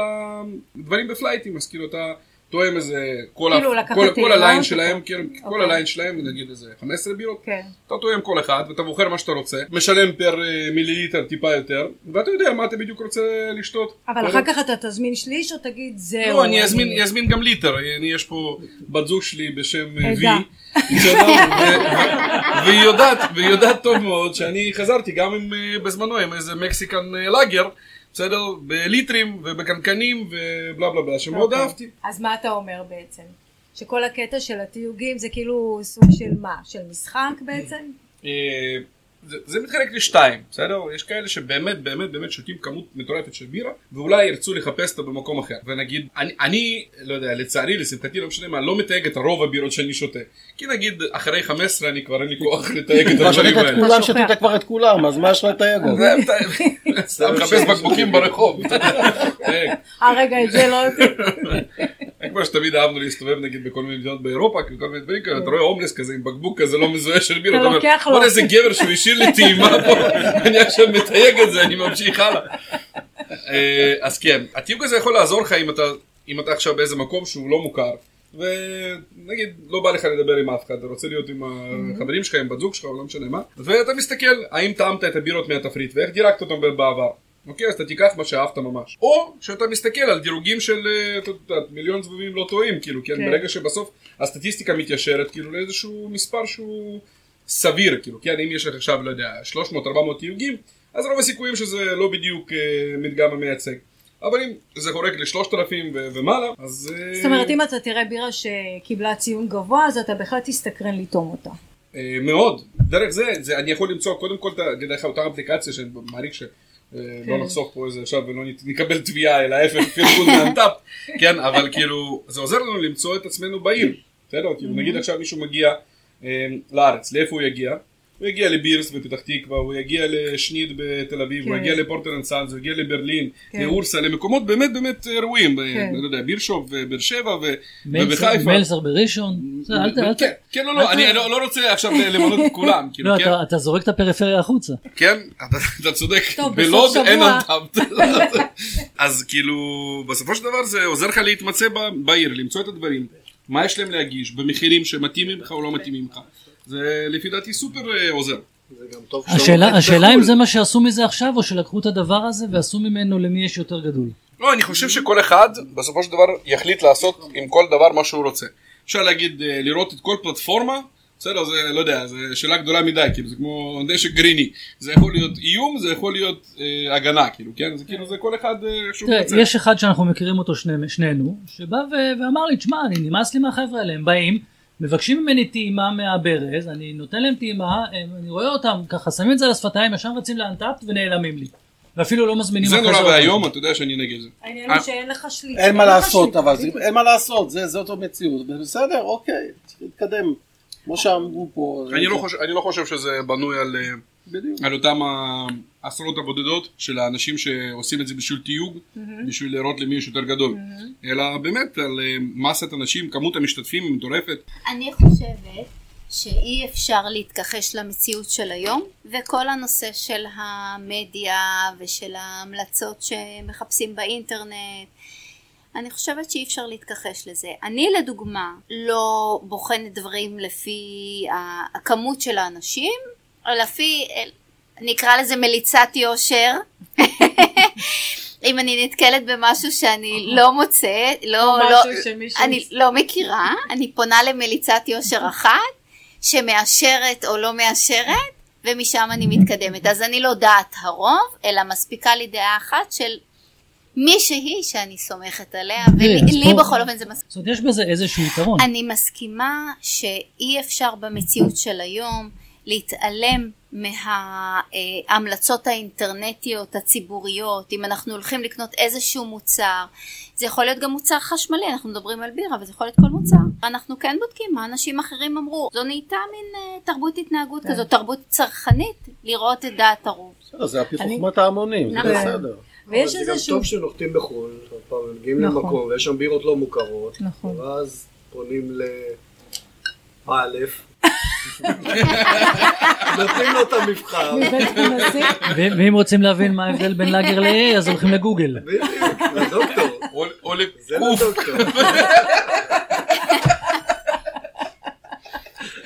C: הדברים בפלייטים אז כאילו אתה תואם איזה, כל,
G: כאילו,
C: ה...
G: לקחת
C: כל, כל
G: טעימות?
C: הליין שלהם, כן, כל
G: אוקיי.
C: הליין שלהם, נגיד איזה 15 בירות,
G: כן.
C: אתה תואם כל אחד ואתה בוחר מה שאתה רוצה, משלם פר אה, מיליליטר טיפה יותר, ואתה יודע מה אתה בדיוק רוצה לשתות.
G: אבל
C: אתה
G: אחר כך אתה תזמין שליש או תגיד זהו.
C: לא, אני אזמין, אזמין גם ליטר, אני, יש פה בת זוג שלי בשם אה, וי,
G: עדה.
C: בסדר? ו- ו- והיא יודעת, והיא יודעת טוב מאוד שאני חזרתי גם עם, אה, בזמנו עם איזה מקסיקן אה, לאגר, בסדר? בליטרים ובקנקנים ובלה בלה בלה, שמאוד
G: אוקיי.
C: אהבתי.
G: אז מה אתה אומר בעצם? שכל הקטע של התיוגים זה כאילו סוג של מה? של משחק בעצם?
C: אה, זה, זה מתחלק לשתיים, בסדר? יש כאלה שבאמת באמת באמת שותים כמות מטורפת של בירה ואולי ירצו לחפש אותה במקום אחר. ונגיד, אני, אני לא יודע, לצערי, לשמחתי, לא משנה מה, לא מתייג את רוב הבירות שאני שותה. כי נגיד, אחרי 15 אני כבר אין לי כוח לתייג את
E: כבר שתית
C: הדברים
E: את
C: האלה.
E: כולם,
G: אתה שוכח.
E: שתית כבר את כולם, אז מה יש לך את היגון?
C: זה, אתה- אתה מחפש בקבוקים ברחוב. כן. תייג.
G: אה רגע את זה לא...
C: כמו שתמיד אהבנו להסתובב נגיד בכל מיני מדינות באירופה, כאילו, כל מיני דברים כאלה, אתה רואה הומלס כזה עם בקבוק כזה לא מזוהה של בירה,
G: אתה
C: אתה אומר,
G: לוקח לו."
C: בוא'נה איזה גבר שהוא השאיר לי טעימה פה, אני עכשיו מתייג את זה, אני ממשיך הלאה. אה, אז כן, הטיוג הזה יכול לעזור לך אם אתה, אם אתה עכשיו באיזה מקום שהוא לא מוכר, ונגיד לא בא לך לדבר עם אף אחד, אתה רוצה להיות עם החברים שלך, עם בת זוג שלך, או לא משנה מה, ואתה מסתכל האם טעמת את הבירות מהתפריט ואיך דירקת אותם בעבר. אוקיי, אז אתה תיקח מה שאהבת ממש. או שאתה מסתכל על דירוגים של אה, אתה יודע, מיליון זבובים לא טועים, כאילו, כן,
G: כן.
C: ברגע שבסוף הסטטיסטיקה מתיישרת, כאילו, לאיזשהו מספר שהוא סביר, כאילו, כן, אם יש לך עכשיו, לא יודע, 300-400 תיוגים, אז רוב הסיכויים שזה לא בדיוק אה, מדגם המייצג. אבל אם זה חורק ל-3,000 ו- ומעלה, אז... אה,
G: זאת אומרת אם אתה תראה בירה שקיבלה ציון גבוה אז אתה בהחלט תסתקרן לטעום אותה.
C: אה, מאוד. דרך זה, זה, אני יכול למצוא קודם כל, את ה- דרך אותה אפליקציה שאני מעריך ש... אה,
G: כן.
C: לא נחסוך פה איזה עכשיו ולא נת- נקבל תביעה אלא ההפך פרגון מאנטאפ, כן אבל כאילו זה עוזר לנו למצוא את עצמנו בעיר, בסדר? כאילו
G: Mm-hmm.
C: נגיד עכשיו מישהו מגיע אה, לארץ, לאיפה הוא יגיע? הוא יגיע לבירס בפתח תקווה, הוא יגיע לשניד בתל אביב, הוא
G: כן.
C: יגיע לפורטלנד סאנס, הוא יגיע לברלין,
G: כן.
C: לאורסה, למקומות באמת באמת אה, ראויים, ב-
G: כן.
C: לא יודע, בירשוף ובאר שבע ו-
A: מלסר-
C: ובחיפה.
A: מלסר בראשון, זה, אה, אל ת- אל ת-
C: כן, כן, לא, לא,
A: אל ת-
C: אני לא לא רוצה עכשיו למנות את כולם, כאילו,
A: לא,
C: כן,
A: אתה- אתה זורק את הפריפריה החוצה.
C: כן, אתה אתה צודק,
G: טוב, בסוף
C: בלוד
G: שבוע.
C: אין אנטאפט. אז כאילו, בסופו של דבר זה עוזר לך להתמצא ב- בעיר, למצוא את הדברים, מה יש להם להגיש, במחירים שמתאימים לך או לא מתאימים לך. זה לפי דעתי סופר אה, עוזר.
F: זה גם טוב שאתה
A: השאלה
C: לא,
F: לומד
A: השאלה אם
F: בחו"ל.
A: זה מה שעשו מזה עכשיו, או שלקחו את הדבר הזה ועשו ממנו למי יש יותר גדול.
C: לא, אני חושב שכל אחד בסופו של דבר יחליט לעשות עם כל דבר מה שהוא רוצה. אפשר להגיד, אה, לראות את כל פלטפורמה, בסדר, זה לא יודע, זו שאלה גדולה מדי, כאילו, זה כמו נשק גרעיני. זה יכול להיות איום, זה יכול להיות אה, הגנה, כאילו, כן? זה כאילו, זה כל אחד אה, איך שהוא
A: תראה,
C: מרצה.
A: יש אחד שאנחנו מכירים אותו שני- שנינו, שבא ו- ואמר לי, תשמע, אני נמאס לי מהחבר'ה האלה, הם באים, מבקשים ממני טעימה מהברז, אני נותן להם טעימה, הם- אני רואה אותם ככה, שמים את זה על השפתיים, ישר רצים לאנטאפט ונעלמים לי. ואפילו לא מזמינים
C: זה
A: אחרי
C: נורא
A: עוד
C: ואיום,
A: משהו.
C: אתה יודע שאני נגד זה.
G: העניין הוא שאין לך שליטה.
E: אין מה
D: לא
G: לך
E: לעשות,
G: שליטה.
E: אבל זה- אין מה לעשות, זה- זאת המציאות. בסדר, אוקיי, צריך להתקדם. כמו שאמרו פה.
C: אני לא חושב- אני לא חושב שזה בנוי על... אה,
E: בדיוק.
C: על אותם העשרות הבודדות של האנשים שעושים את זה בשביל תיוג, בשביל להראות למי יש יותר גדול, אלא באמת על אה, מסת אנשים, כמות המשתתפים היא מטורפת,
D: אני חושבת שאי אפשר להתכחש למציאות של היום וכל הנושא של המדיה ושל ההמלצות שמחפשים באינטרנט אני חושבת שאי אפשר להתכחש לזה. אני לדוגמה לא בוחנת דברים לפי ה- הכמות של האנשים, או לפי, אה, נקרא לזה מליצת יושר. אם אני נתקלת במשהו שאני לא מוצאת, לא,
G: אוקיי. או
D: לא,
G: משהו שמישהו
D: אני לא מכירה, אני פונה למליצת יושר אחת שמאשרת או לא מאשרת ומשם אני מתקדמת. אז אני לא דעת הרוב, אלא מספיקה לי דעה אחת של מישהי שאני סומכת עליה,
A: תראי, אז
D: ולי
A: פה-
D: בכל אופן זה מספיק.
A: זאת אומרת, יש בזה איזשהו יתרון.
D: אני מסכימה שאי אפשר במציאות של היום להתעלם מההמלצות האינטרנטיות הציבוריות, אם אנחנו הולכים לקנות איזשהו מוצר, זה יכול להיות גם מוצר חשמלי, אנחנו מדברים על בירה, אבל זה יכול להיות כל מוצר. אנחנו כן בודקים מה אנשים אחרים אמרו, זו נהייתה מין אה, תרבות התנהגות כזו, תרבות צרכנית, לראות את דעת הרוב.
E: בסדר, זה על פי
G: אני-
E: חוכמת ההמונים, זה
D: נכון.
E: בסדר.
F: אבל
G: ויש
F: זה גם
G: איזשהו...
F: טוב שנוחתים בחו"ל, עוד פעם, מגיעים
G: נכון.
F: למקום ויש שם בירות לא מוכרות,
G: נכון.
F: ואז פונים ל... אה, א', נותנים לו את המבחר,
G: מבית הנשיא.
A: ו- ואם רוצים להבין מה ההבדל בין לאגר ל-A, אז הולכים לגוגל.
F: בדיוק, לדוקטור.
C: או- או
F: זה לא
C: לקוף.
F: דוקטור.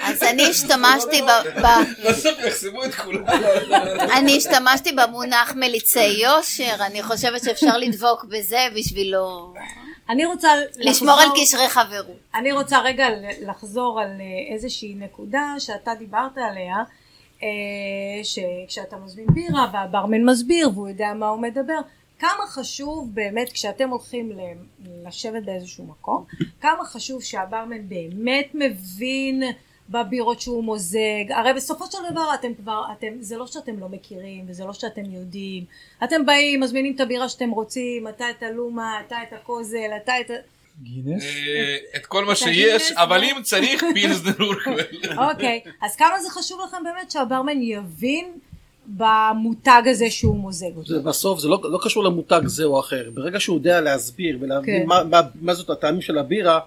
D: אז אני השתמשתי ב... ב-
C: בסוף יחסמו את כולם.
D: אני השתמשתי במונח מליצי יושר, אני חושבת שאפשר לדבוק בזה בשביל לא...
B: אני רוצה
D: לשמור על
B: לחזור-
D: קשרי חברות.
B: אני רוצה רגע ל- לחזור על אה, איזושהי נקודה שאתה דיברת עליה, אה, שכשאתה מזמין בירה והברמן מסביר והוא יודע מה הוא מדבר, כמה חשוב באמת כשאתם הולכים ל- לשבת באיזשהו מקום, כמה חשוב שהברמן באמת מבין בבירות שהוא מוזג, הרי בסופו של דבר אתם כבר, אתם, זה לא שאתם לא מכירים וזה לא שאתם יודעים, אתם באים, מזמינים את הבירה שאתם רוצים, אתה את הלומה, אתה את הקוזל, אתה את... ה-
A: גינס?
C: אה, את כל מה
B: תגיד
C: שיש,
B: לעצמך.
C: אבל אם צריך לא פילסנר אורקוול.
B: אוקיי, אז כמה זה חשוב לכם באמת שהברמן יבין במותג הזה שהוא מוזג אותו?
E: זה בסוף זה לא, לא קשור למותג זה או אחר, ברגע שהוא יודע להסביר ולהבין
B: כן.
E: מה, מה, מה זאת הטעמים של הבירה,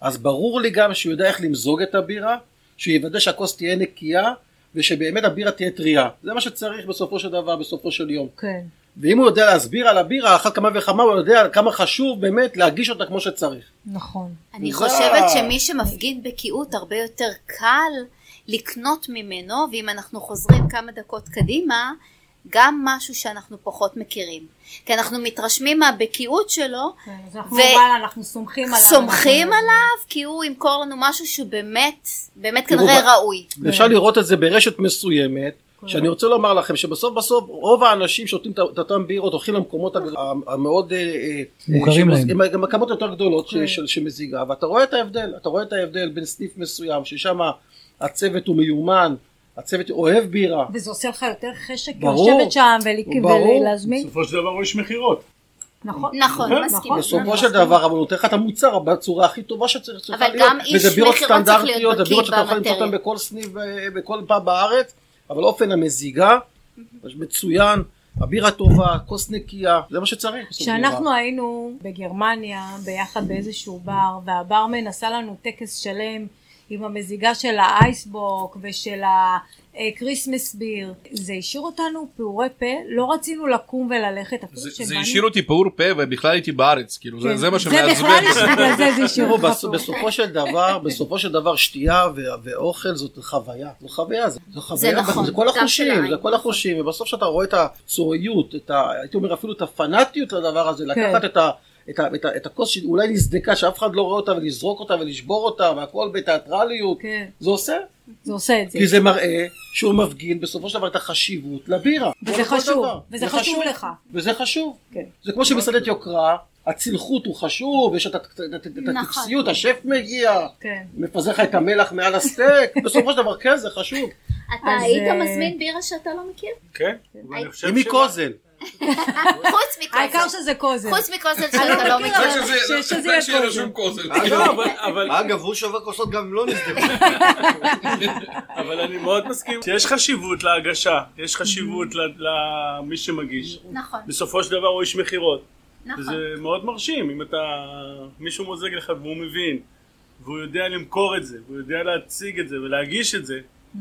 E: אז ברור לי גם שהוא יודע איך למזוג את הבירה, שיוודא שהכוס תהיה נקייה ושבאמת הבירה תהיה טריה, זה מה שצריך בסופו של דבר, בסופו של יום.
B: כן.
E: ואם הוא יודע להסביר על הבירה, אחת כמה וכמה הוא יודע כמה חשוב באמת להגיש אותה כמו שצריך.
B: נכון.
D: אני
E: זה-
D: חושבת שמי שמפגין בקיאות הרבה יותר קל לקנות ממנו, ואם אנחנו חוזרים כמה דקות קדימה, גם משהו שאנחנו פחות מכירים. כי אנחנו מתרשמים מהבקיאות שלו,
B: כן, אז אנחנו,
D: ו-
B: וואלה, אנחנו סומכים עליו.
D: סומכים
B: אנחנו-
D: עליו, כי הוא ימכור לנו משהו שבאמת, באמת
E: תראו,
D: כנראה
E: ב-
D: ראוי.
E: אפשר לראות את זה ברשת מסוימת, שאני רוצה לומר לכם שבסוף בסוף רוב האנשים שותים את- את אותם בירות הולכים למקומות הג- ה- המאוד אה, אה,
A: מוכרים
E: שמוז-
A: להם.
E: עם עם הכמות יותר גדולות ש- של- שמזיגה ואתה רואה את ההבדל, אתה רואה את ההבדל בין סניף מסוים ששם הצוות הוא מיומן, הצוות אוהב בירה,
B: וזה עושה לך יותר חשק
E: ברור.
B: לשבת שם ול-
E: ברור.
B: ולהזמין.
H: בסופו של דבר הוא איש מכירות.
B: נכון.
D: נכון,
H: נכון.
D: מסכים.
E: בסופו של דבר אבל הוא נותן לך את המוצר בצורה הכי טובה שצריך צריכה
D: אבל
E: להיות,
D: גם איש
E: וזה בירות
D: מכירות צריך להיות
E: סטנדרטיות, זה
D: בקיא
E: בירות שאתה יכול למצוא
D: במטריה.
E: אותן בכל סניף, ב- בכל פעם בארץ, אבל אופן המזיגה, מצוין, הבירה טובה, כוס נקייה, זה מה שצריך. בסופו של דבר.
B: כשאנחנו היינו בגרמניה ביחד באיזשהו בר, והברמן עשה לנו טקס שלם עם המזיגה של האייסבוק ושל הקריסמס ביר, זה השאיר אותנו פעורי פה, לא רצינו לקום וללכת, אפילו
C: זה- זה
B: שבאנו-
C: השאיר אותי פעור פה ובכלל הייתי בארץ, כאילו זה-
B: כן.
C: זה מה
B: בכלל
C: שמעצבן.
B: בגלל זה זה השאיר
E: תראו,
B: אותך
E: בס-
B: פה.
E: בסופו של דבר, בסופו של דבר שתייה ו- ואוכל זאת חוויה, זו חוויה, זה- זו חוויה,
D: נכון,
E: זה כל
D: גם של
E: החושים,
D: העין.
E: זה כל החושים, ובסוף שאתה רואה את הצוריות, את ה- הייתי אומר אפילו את הפנאטיות לדבר הזה,
B: כן.
E: לקחת את ה... את, ה, את, ה, את הכוס שאולי נסדקה שאף אחד לא רואה אותה ולזרוק אותה ולשבור אותה והכל בתיאטרליות
B: כן.
E: זה עושה
B: זה עושה את זה.
E: כי זה מראה שהוא מפגין בסופו של דבר את החשיבות לבירה
B: וזה
E: כל
B: חשוב,
E: דבר.
B: וזה חשוב לך.
E: וזה חשוב
B: כן.
E: זה כמו שמסעדת יוקרה הצלחות הוא חשוב יש את הט- את הט- את
D: נכון.
E: הטקסיות השף מגיע
B: כן.
E: מפזר לך את המלח מעל הסטייק, בסופו של דבר כן זה חשוב.
D: אתה
B: אז,
D: היית
B: אה,
D: מזמין בירה שאתה לא מכיר?
H: כן.
D: היי.
H: ואני חושב
E: אם
H: ש-
E: היא קוזל,
D: חוץ
B: העיקר
D: מקוזל.
B: שזה כוזר.
D: חוץ מקוזל שאתה לא מכיר.
B: שזה-
C: שזה-
B: שזה
C: זה
B: יהיה אה, לא,
C: שיהיה
B: קוזל.
C: רשום קוזל.
F: אה, לא,
H: אגב, אבל- אבל-
F: אגב, הוא שובר כוסות גם אם לא נסדק.
H: אבל אני מאוד מסכים שיש חשיבות להגשה, יש חשיבות ל- למי שמגיש.
D: נכון,
H: בסופו של דבר הוא איש מכירות.
D: נכון.
H: זה מאוד מרשים אם אתה מישהו מוזג לך והוא מבין והוא יודע למכור את זה והוא יודע להציג את זה ולהגיש את זה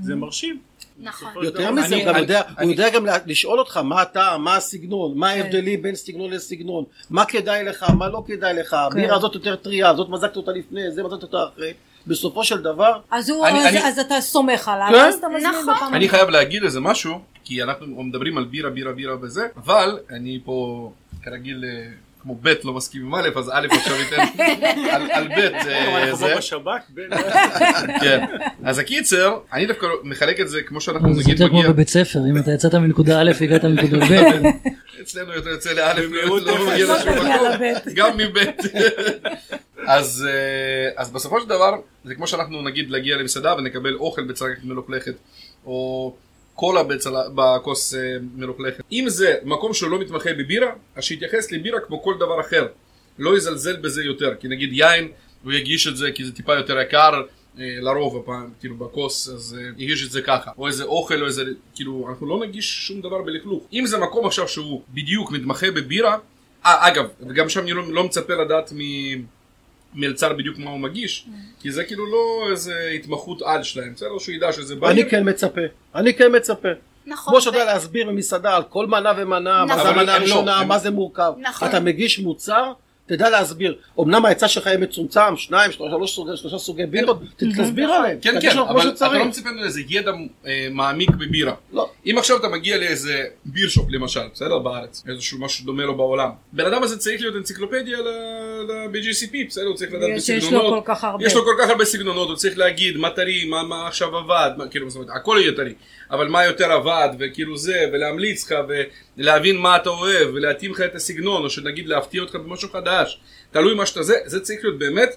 H: זה מרשים.
D: נכון.
H: בסופו של
E: יותר
H: דבר-
E: מזה,
H: אני-
E: הוא גם
H: אני-
E: יודע, הוא
C: אני-
E: יודע גם לה- לשאול אותך מה הטעם, מה הסגנון,
B: כן.
E: מה ההבדלים בין סגנון לסגנון, מה כדאי לך, מה לא כדאי לך,
B: כן.
E: הבירה הזאת יותר טריה, זאת מזגת אותה לפני, זה מזגת אותה אחרי, בסופו של דבר,
B: אז הוא-
C: אני-
B: אז-
C: אני-
B: אז אתה סומך עליו,
E: כן.
B: אז אתה מזמין
D: נכון.
B: בפעם
C: אני חייב להגיד איזה משהו, כי אנחנו מדברים על בירה, בירה, בירה וזה, אבל אני פה כרגיל אה, כמו ב' לא מסכים עם א', אז א' עכשיו ייתן על- על ב'
H: אבל
C: אה,
H: אנחנו פה
C: זה.
H: בשב"כ, בין-
C: כן. אז הקיצר, אני דווקא מחלק את זה כמו שאנחנו
A: זה
C: נגיד
A: יותר כמו
C: מגיע,
A: בבית ספר, אם אתה יצאת מנקודה א' הגעת מנקודה ב',
C: אצלנו יותר יוצא לאלף,
H: במהירות
C: לא מגיע
B: לא
C: לשום
B: תגיע
C: מקום.
B: לבית.
C: גם מבית. אז, אה, אז בסופו של דבר, זה כמו שאנחנו נגיד להגיע למסעדה ונקבל אוכל בצלחת מלוכלכת, או קולה בצל- בכוס אה, מלוכלכת. אם זה מקום שלא מתמחה בבירה, אז שיתייחס לבירה כמו כל דבר אחר. לא יזלזל בזה יותר, כי נגיד יין, הוא יגיש את זה כי זה טיפה יותר יקר. אה, לרוב הפעם, כאילו בכוס, אז אה, יגיש את זה ככה, או איזה אוכל, או איזה, כאילו, אנחנו לא נגיש שום דבר בלכלוך. אם זה מקום עכשיו שהוא בדיוק מתמחה בבירה, אה, אגב, וגם שם אני לא, לא מצפה לדעת ממלצר בדיוק מה הוא מגיש, כי זה כאילו לא איזה התמחות על שלהם, בסדר? לא שהוא ידע שזה בעיר.
E: אני כן מצפה, אני כן מצפה.
D: נכון.
E: כמו שאתה יודע להסביר במסעדה על כל מנה ומנה, מה
D: נכון.
E: זה
D: אבל
E: המנה
C: הם לא,
E: הראשונה,
C: הם-
E: מה זה מורכב.
D: נכון.
E: אתה מגיש מוצר תדע להסביר. אמנם ההיצע שלך יהיה מצומצם, שניים, שלושה, שלוש סוגי- שלושה סוגי בירות, ת- תסביר
D: נכון.
E: עליהם.
C: כן,
E: תגיש
C: כן,
E: לנו כמו
C: אבל אתה לא
E: שצריך.
C: מצפה לאיזה ידע אה, מעמיק בבירה.
E: לא.
C: אם עכשיו אתה מגיע לאיזה בירשופ למשל, בסדר? בארץ, איזשהו משהו דומה לו בעולם. בן אדם הזה צריך להיות אנציקלופדיה ל- ל-BGCP, בסדר? הוא צריך לדעת
G: בגלל שיש לו כל
C: בסגנונות.
G: כך הרבה.
C: יש לו כל כך הרבה סגנונות, הוא צריך להגיד מה טרי, מה, מה עכשיו עבד, מה, כאילו, זאת אומרת, הכל יהיה טרי, אבל מה יותר עבד, וכאילו זה, ולהמליץ לך, ולהבין מה אתה אוהב, ולהתאים לך את הסגנון, או שנגיד להפתיע אותך במשהו חדש, תלוי מה שאתה זה, זה צריך להיות באמת,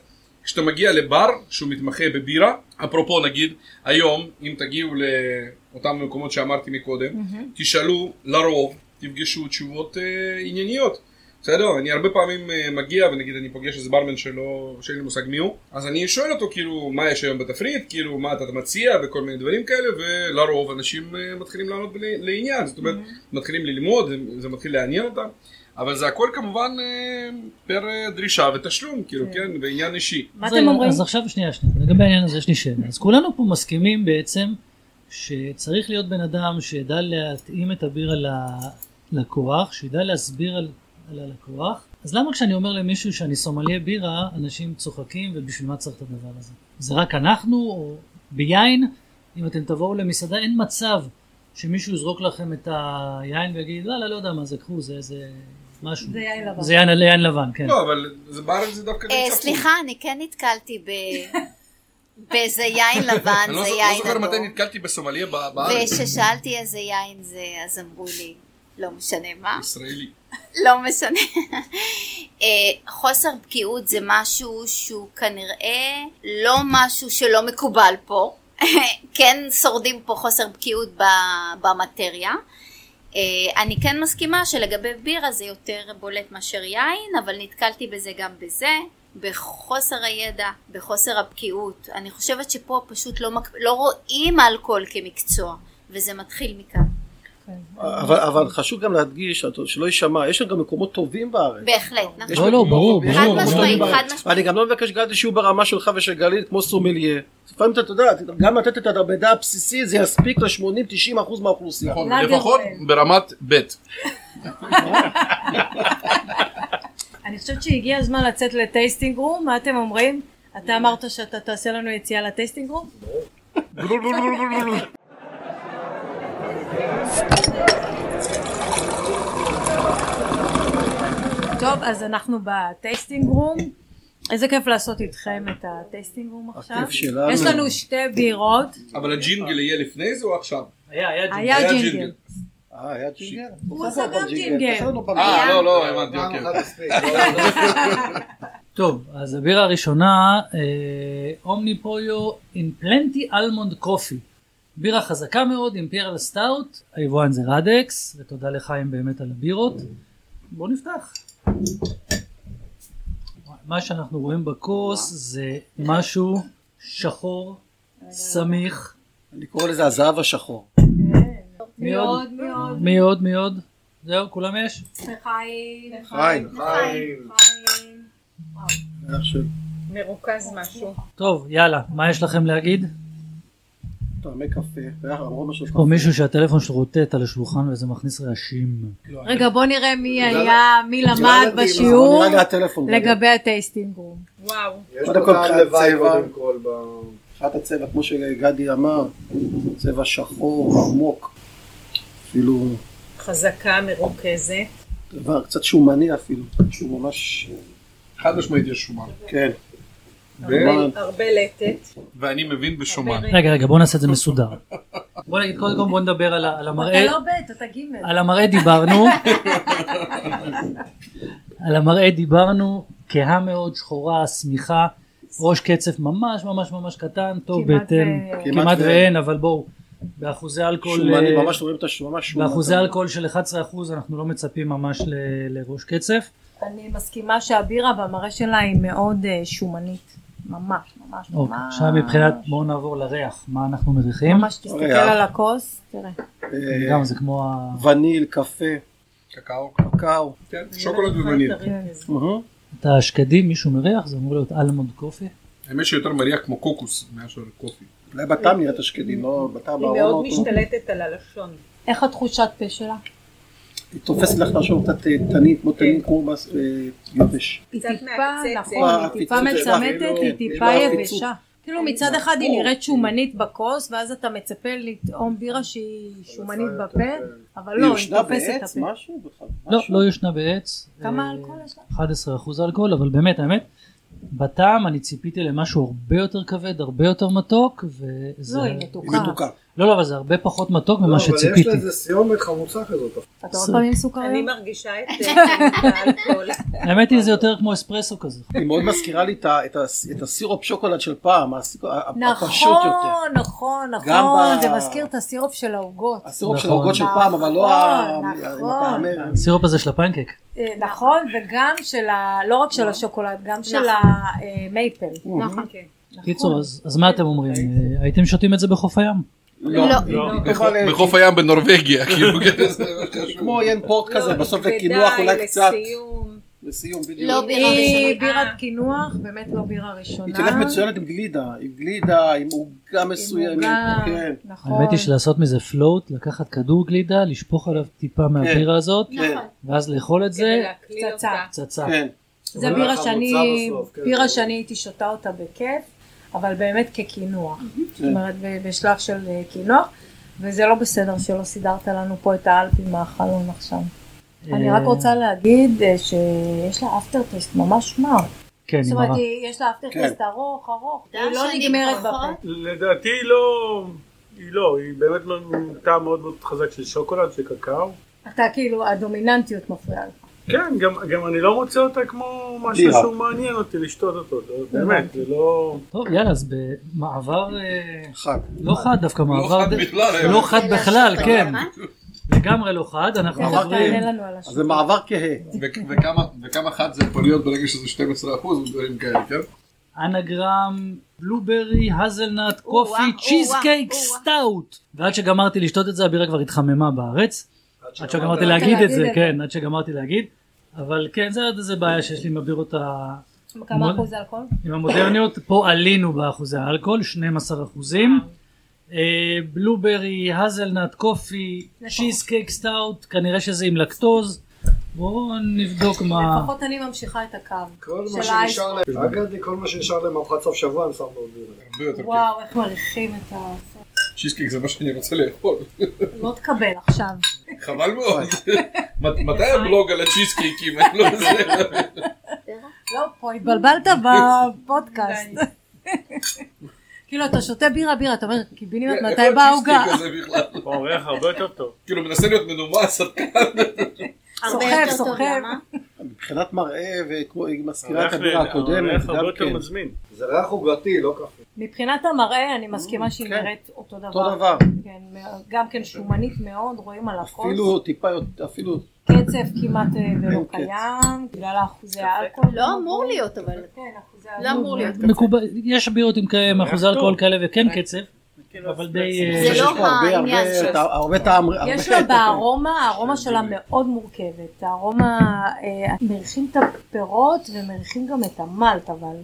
C: כשאתה מגיע לבר שהוא מתמחה בבירה, אפרופו נגיד, היום, אם תגיעו לאותם מקומות שאמרתי מקודם, תשאלו לרוב, תפגשו תשובות אה, ענייניות. בסדר, אני הרבה פעמים אה, מגיע ונגיד אני פוגש איזה ברמן שלא, שאין לי מושג מי הוא, אז אני שואל אותו כאילו מה יש היום בתפריט, כאילו מה אתה מציע וכל מיני דברים כאלה, ולרוב אנשים אה, מתחילים לענות ל- לעניין, זאת אומרת,
D: Mhm.
C: מתחילים ללמוד, זה- זה מתחיל לעניין אותם, אבל זה הכל כמובן אה, פר אה, דרישה ותשלום, כאילו, כן, ועניין אישי.
G: מה
A: אז
G: אתם
A: רגע,
G: אומרים?
A: אז עכשיו שנייה, שנייה, לגבי העניין הזה יש לי שאלה. אז כולנו פה מסכימים בעצם שצריך להיות בן אדם שידע להתאים את הבירה ל- לקורח, שידע להסביר על, על הלקוח. אז למה כשאני אומר למישהו שאני סומליה בירה, אנשים צוחקים ובשביל מה צריך את הדבר הזה? זה רק אנחנו או ביין? אם אתם תבואו למסעדה אין מצב שמישהו יזרוק לכם את היין ויגיד וואלה לא יודע מה זה קחו זה זה משהו.
G: זה יין לבן.
A: זה יין, יין לבן כן.
C: לא, אבל זה בארץ זה דווקא
D: אה,
C: נמצא פה.
D: סליחה, אני כן נתקלתי ב- באיזה יין לבן,
C: אני
D: זה
C: לא זוכ- לא
D: יין
C: זוכר מתי
D: אדום.
C: נתקלתי בסומליה ב- בארץ.
D: וכששאלתי איזה יין זה, אז אמרו לי, לא משנה מה.
C: ישראלי.
D: לא משנה. אה, חוסר בקיאות זה משהו שהוא כנראה לא משהו שלא מקובל פה. כן שורדים פה חוסר בקיאות ב- במטריה. אה, אני כן מסכימה שלגבי בירה זה יותר בולט מאשר יין, אבל נתקלתי בזה גם בזה, בחוסר הידע, בחוסר הבקיאות. אני חושבת שפה פשוט לא, מק- לא רואים אלכוהול כמקצוע, וזה מתחיל מכאן.
E: אבל אבל חשוב גם להדגיש, שלא יישמע, יש גם מקומות טובים בארץ.
D: בהחלט, נכון.
E: יש
A: לא,
E: מקומות
A: לא, ברור,
E: טובים.
A: ברור,
E: יש
A: ברור.
E: מקומות טובים
D: חד
E: בארץ.
D: משמעית.
E: אני גם לא מבקש גדי שיהיו ברמה שלך ושל גלית כמו סומליה. לפעמים אתה אתה יודע, גם לתת את המידע הבסיסי זה יספיק ל-80-90 אחוז מהאוכלוסייה.
C: נכון,
G: לאגר
C: לפחות
G: אוהל.
C: ברמת ב'.
G: אני חושבת שהגיע הזמן לצאת לטייסטינג רום, מה אתם אומרים? אתה אמרת שאתה תעשה לנו יציאה לטייסטינג רום? טוב, אז אנחנו בטייסטינג רום. איזה כיף לעשות איתכם את הטייסטינג רום עכשיו.
E: הכיף שלנו.
G: יש לנו שתי בירות.
C: אבל הג'ינגל יהיה לפני זה או עכשיו?
A: היה,
G: היה
A: היה ג'ינגל.
C: היה
G: ג'ינגל.
C: ג'ינגל.
E: אה, היה ג'ינגל?
G: הוא עשה גם ג'ינגל.
E: תעשה לנו פעם
C: אה,
E: ג'ינגל.
C: לא, לא, הבנתי,
F: פעם
C: אוקיי.
F: אחת מספיק. לא, לא.
A: טוב, אז הבירה הראשונה, אה, אומניפויו עם פלנטי אלמונד קופי. בירה חזקה מאוד, אימפריאל סטאוט, היבואן זה רדקס, ותודה לחיים באמת על הבירות. בואו נפתח. מה שאנחנו רואים בכוס זה משהו שחור, סמיך,
E: אני קורא לזה הזהב השחור.
A: מי
G: מאוד
A: עוד?
G: מאוד.
A: מי עוד? מי עוד? זהו, כולם יש?
G: לחיים.
E: חיים.
F: חיים.
G: לחיים.
E: איך ש-
I: מרוכז משהו.
A: טוב, יאללה, מה יש לכם להגיד?
E: טעמי קפה, ואנחנו אמרו משהו
A: יש פה מישהו שהטלפון שלו רוטט על השולחן וזה מכניס רעשים.
G: רגע, בוא נראה מי היה, מי למד
E: נראה לי-
G: בשיעור
E: נראה לי הטלפון.
G: לגבי הטייסטינג רום.
I: וואו.
F: יש
E: קודם
F: לו
E: כל,
F: טעם לוואי
E: צבע.
F: קודם כל. ב-
E: מבחינת הצבע, כמו שגדי אמר, צבע שחור, עמוק, אפילו
I: חזקה, מרוכזת.
E: דבר קצת שומני אפילו, שהוא ממש,
C: חד משמעית יש שומן.
E: כן.
I: הרבה- הרבה לתת.
C: ואני מבין בשומן.
A: רגע, רגע, בוא נעשה את זה מסודר. בוא נגיד, קודם כל בוא נדבר על ה- על המראה,
G: אתה לא ב', אתה ג'.
A: על המראה דיברנו. על המראה דיברנו, כהה מאוד, שחורה, שמיכה, ראש קצף ממש ממש ממש קטן, טוב
G: כמעט
A: בהתאם,
G: ו-
E: כמעט
A: כמעט
E: ו-
A: ואין, אבל בואו, באחוזי אלכוהול,
E: שומני,
A: אה,
E: ממש רואים את השומש,
A: באחוזי אלכוהול של 11% אנחנו לא מצפים ממש ל- לראש קצף.
G: אני מסכימה שהבירה במראה שלה היא מאוד אה, שומנית. ממש, ממש,
A: אוקיי,
G: ממש.
A: עכשיו מבחינת, בואו נעבור לריח, מה אנחנו מריחים? אה,
G: ממש תסתכל
E: ריח.
G: על הכוס, תראה.
A: גם זה כמו ה...
E: וניל, קפה,
C: קקאו.
E: קקאו.
C: כן, שוקולד ווניל.
E: מהמם.
A: את השקדים מישהו מריח? זה אמור להיות אלמונד קופי?
C: האמת שיותר מריח כמו קוקוס מאשר קופי.
E: אולי בטעם נראה את השקדים, לא בטעם
I: היא
E: בארון.
I: מאוד
E: אותו.
I: משתלטת על הלשון.
G: איך התחושת פה שלה?
E: היא תופסת לך לחשוב קצת אה, תנין, כמו
I: כן.
E: תנין, כמו בס- אה, יבש.
B: היא
I: קצת
B: טיפה,
I: מהקצצת.
B: נכון, היא
E: אה,
B: טיפה
E: הפיצוץ יצא,
B: מצמטת,
E: כאילו,
B: היא
E: כן,
B: טיפה
E: כאילו הפיצוץ. נכון.
B: יבשה. כאילו מצד אחד היא נראית שומנית בכוס, ואז אתה מצפה לטעום בירה שהיא שומנית בפה, אבל
E: היא
B: לא, היא
E: יושנה
B: תופסת את
E: בעץ,
B: הפה.
E: משהו? בכלל,
A: לא,
E: משהו?
A: לא יושנה בעץ.
B: כמה
A: אה,
B: אלכוהול יש לה?
A: 11 אחוז אלכוהול, אבל באמת, האמת, בטעם אני ציפיתי למשהו הרבה יותר כבד, הרבה יותר מתוק, וזה...
B: לא, היא
E: היא
B: מתוקה.
E: מתוקה.
A: לא, לא, אבל זה הרבה פחות מתוק ממה
F: לא, אבל יש לה
A: שציפיתי.
F: איזה סיומת חמוצה כזאת.
B: אתה עוד פעם עם
I: אני
B: סוכריות?
I: מרגישה את אה, האלכוהול.
A: האמת היא, זה יותר כמו אספרסו כזה.
E: היא מאוד מזכירה לי את ה- את ה- את הסירופ שוקולד של פעם, הסירופ- ה- ה- הפשוט יותר.
B: נכון, נכון,
E: גם
B: נכון,
E: ב-
B: זה מזכיר את הסירופ של העוגות.
E: הסירופ של
A: נכון.
E: העוגות של פעם, אבל לא ה-
B: נכון,
E: עם
B: נכון.
E: הטעמי-
A: הסירופ הזה של הפנקק.
B: אה, נכון, וגם של ה... לא רק של השוקולד, גם של אה, המייפל.
I: נכון, כן.
B: אוקיי.
A: קיצור, אז אז מה אתם אומרים? אה, הייתם שותים את זה בחוף הים?
E: לא,
I: לא.
E: היא טובה
B: אה,
E: ל-
B: כן.
C: בחוף הים בנורבגיה, כאילו, כן, זה ממש
E: היא
C: קשור.
E: כמו ין פורט כזה,
I: לא,
E: בסוף
I: היא
E: לקינוח
I: כדאי,
E: אולי קצת.
I: לסיום.
E: לסיום, בדיוק.
D: לא בירה
B: היא
D: ראשונה.
B: בירת אה, קינוח, באמת לא בירה ראשונה.
E: היא תלך מצוינת עם גלידה, עם גלידה, עם עוגה מסוימת.
B: עוגה,
E: כן.
B: נכון.
A: האמת היא שלעשות מזה פלוט, לקחת כדור גלידה, לשפוך עליו טיפה מהבירה הזאת,
D: נכון.
A: ואז לאכול את
I: כדי
A: זה,
I: להקליל אותה.
B: פצצה.
A: פצצה.
E: כן.
B: זה
F: אבל
B: בירה
F: חמוצה
B: שאני,
F: בסוף, כן.
B: בירה שאני הייתי שותה אותה בכיף, אבל באמת כקינוח. זאת אומרת, ב- בשלב של אה, קינוח, וזה לא בסדר שלא סידרת לנו פה את האלפים מהחלון עכשיו. אני
A: אה,
B: רק רוצה להגיד אה, שיש לה אפטר טייסט ממש מר.
A: כן,
B: זאת
A: היא
B: אומרת,
A: מרה.
B: היא- יש לה
F: כן.
B: אפטר טייסט ארוך, ארוך. היא לא
D: שאני
B: נגמרת
D: פחות.
B: בפה.
H: לדעתי היא לא, היא לא, היא באמת לא- טעם מאוד מאוד חזק של שוקולד, של קקאו.
B: אתה כאילו, הדומיננטיות מפריעה לך.
H: כן, גם, גם אני לא רוצה אותה כמו משהו
E: בירה.
H: שהוא מעניין אותי לשתות אותו, לא, באמת, זה לא...
A: טוב, יאללה, אז במעבר, אה,
E: חג.
A: לא חד דווקא, מעבר,
C: חד בכלל, אה.
A: לא חד בכלל,
D: זה
A: כן,
D: נכון?
A: לגמרי לא חד, אנחנו
B: תכף
A: עוברים,
B: תענה לנו על
E: אז
B: השאלה.
E: זה מעבר כהה.
C: אה, ו- וכמה- וכמה חד זה יכול להיות ברגע שזה 12 אחוז ודברים כאלה, כן?
A: אנגרם, בלוברי, האזלנט,
D: או-אה,
A: קופי,
D: או-אה,
A: צ'יזקייק,
D: או-אה.
A: סטאוט. ועד שגמרתי לשתות את זה, הבירה כבר התחממה בארץ. עד שגמרתי להגיד את זה, כן, עד שגמרתי להגיד. אבל כן, זה עוד איזה בעיה שיש לי עם הבירות ה...
B: כמה אחוז אלכוהול?
A: עם המודרניות. פה עלינו באחוזי האלכוהול, 12 אחוזים. אה, בלוברי, האזלנט, קופי, צ'יזקייק, סטאוט, כנראה שזה עם לקטוז. בואו נבדוק מה...
B: לפחות אני ממשיכה את הקו.
F: כל
B: של
F: מה שנשאר להם, אגדי, כל מה שנשאר להם ארוחת סוף שבוע הם שמו בבירה.
C: הרבה יותר כיף.
B: וואו, איך מריחים את ה...
C: צ'יזקייק זה מה שאני רוצה לאכול.
B: לא תקבל עכשיו.
C: חבל מאוד. מת- מתי הבלוג על הצ'יזקייקים? אני לא זה.
B: לא, פה התבלבלת בפודקאסט. כאילו, אתה שותה בירה בירה, אתה אומר,
F: כן,
B: קיבינימט מתי
C: איפה
B: באה העוגה?
C: הצ'יזקייק הזה בכלל?
H: הוא אורח הרבה יותר טוב.
C: כאילו מנסה להיות מנומס, אבל
D: הרבה
B: סוחב,
D: יותר טוב,
B: סוחב.
D: למה?
E: מבחינת מראה, והיא מזכירה את
H: אורח
E: הבירה
H: ל-
E: הקודמת,
H: אורח
E: גם
H: הרבה יותר
E: כן.
H: מזמין.
F: זה ריח עוגתי, לא קפה.
B: מבחינת המראה, אני מסכימה שהיא
E: כן.
B: נראית אותו דבר.
E: אותו דבר.
B: כן, גם כן שומנית מאוד, רואים על הכל.
E: אפילו טיפה, יותר- אפילו
B: קצב כמעט אה, ולא
E: אין קצב.
B: קיים, בגלל האחוזי האלכוהול.
D: לא אמור להיות, אבל
B: כן, אחוזי
D: לא אמור להיות.
A: מקובל, יש בירות עם כאלה אחוזי
H: טוב.
A: אלכוהול כאלה וכן קצב, אבל די... אה,
D: אה, כאילו, זה
E: יש
D: לא
E: פה הרבה-
D: העניין
E: הרבה
D: של-
E: טע- הרבה טעם, הרבה-
B: יש לה בארומה, הארומה שלה מאוד מורכבת. הארומה, אה, מריחים את הפירות ומריחים גם את המלט, אבל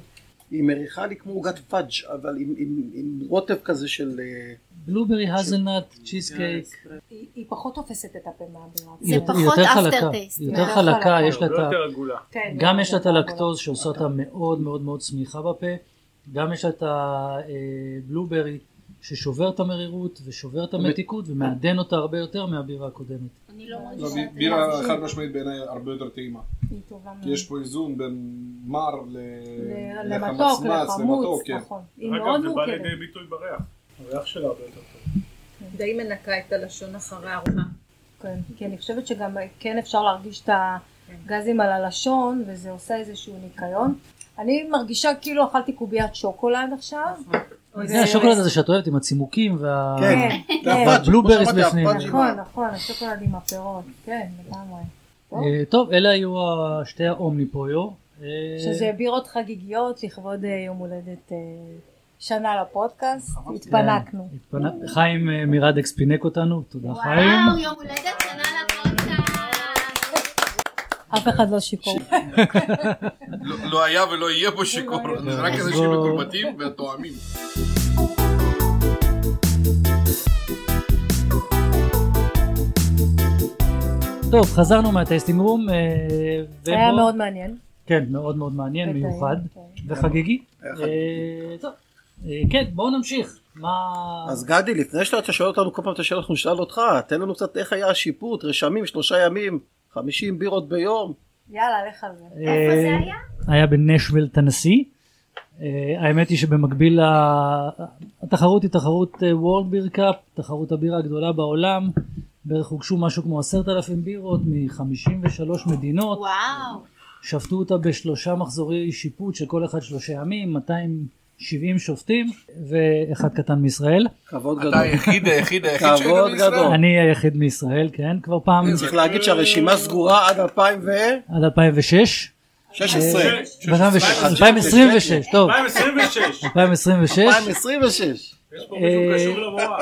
E: היא מריחה לי כמו עוגת פאג' אבל עם- עם- עם רוטב כזה של אה,
A: בלוברי, האזלנט, צ'יזקייק.
B: היא היא פחות תופסת את הפה מהבירה.
A: היא יותר-
D: פחות
A: היא יותר חלקה,
D: aftertaste.
A: היא
B: כן.
A: יותר חלקה, יש לה
H: לא
A: את ה...
H: יותר עגולה.
B: כן,
A: גם
B: זה
A: יש לה את
B: מאוד
A: הלקטוז שעושה אותה מאוד מאוד מאוד צמיחה בפה, גם יש לה את הבלוברי ששובר את המרירות ושובר את המתיקות ומעדן אותה הרבה יותר מהבירה הקודמת.
D: אני לא
C: לא,
D: מרגישה
C: ב-
D: את
C: בירה
D: זה.
C: חד משמעית בעיניי הרבה יותר טעימה.
B: מאוד. היא טובה מאוד.
C: כי יש פה איזון בין מר ל-
B: ל-
C: לחמצמץ,
B: למתוק, לחמוץ,
C: למתוק, כן.
B: נכון. היא
H: אגב,
B: מאוד
H: זה בא
B: מורכבת.
H: לידי ביטוי בריח. הריח שלה הרבה יותר טוב.
I: די מנקה את הלשון אחרי הארוחה.
B: כן, כי אני חושבת שגם אה, כן אפשר להרגיש את
I: כן.
B: הגזים על הלשון, וזה עושה איזשהו ניקיון. אני מרגישה כאילו אכלתי קוביית שוקולד עכשיו.
I: נכון.
A: זה השוקולד הזה שאת אוהבת עם הצימוקים וה...
E: כן.
B: כן, כן.
E: זה הפאג', כמו
A: בלובריז
E: שאמרתי,
A: בפנים.
E: הפאג' עם ה-
B: נכון, נכון, השוקולד עם הפירות, כן, לגמרי.
A: אה, טוב, אלה היו ה- שתי האומניפויו. אה,
B: שזה בירות חגיגיות לכבוד אה, יום הולדת אה, שנה לפודקאסט,
A: נכון.
B: התפנקנו.
A: התפנה- חיים אה, מירדקס פינק אותנו, תודה חיים.
D: וואו, יום הולדת שנה לפודקאסט.
A: כן.
B: אף אחד לא שיפור.
C: לא- לא היה ולא יהיה פה
B: לא,
C: שיכור, זה רק
A: אז
C: אנשים
A: בוא-
C: מתורבתים ותואמים.
A: טוב, חזרנו מהטייסטינג רום. אה,
B: היה
A: ובוא-
B: מאוד מעניין.
A: כן, מאוד מאוד מעניין,
B: וטעים,
A: מיוחד
B: כן.
A: וחגיגי. אה, טוב, אה, כן, בואו נמשיך. מה...
E: אז גדי, לפני שאתה שואל אותנו כל פעם את השאלה, אנחנו נשאל אותך, תן לנו קצת איך היה השיפוט, רשמים, שלושה ימים, 50 בירות ביום.
B: יאללה, לך על זה.
D: איפה זה
A: אה,
D: היה?
A: היה בנשוויל טנסי. אה, האמת היא שבמקביל ל- התחרות היא תחרות אה, וורלד ביר קאפ, תחרות הבירה הגדולה בעולם. בערך הוגשו משהו כמו עשרת אלפים בירות מ-53 מדינות.
D: וואו.
A: שפטו אותה בשלושה מחזורי שיפוט של כל אחד שלושה ימים, 270 שופטים ואחד קטן מישראל.
E: כבוד
C: אתה
E: גדול.
C: היחיד, היחיד, היחיד
E: כבוד
C: שהיית בישראל?
E: גדול.
A: אני היחיד מישראל, כן, כבר פעם
E: צריך להגיד שהרשימה סגורה עד 2016.
A: עד 2006.
E: אה,
H: שש-
A: 2026, טוב,
H: 2026.
A: 2026.
E: 2026.
H: יש פה מישהו
A: אה,
H: קשור למורה.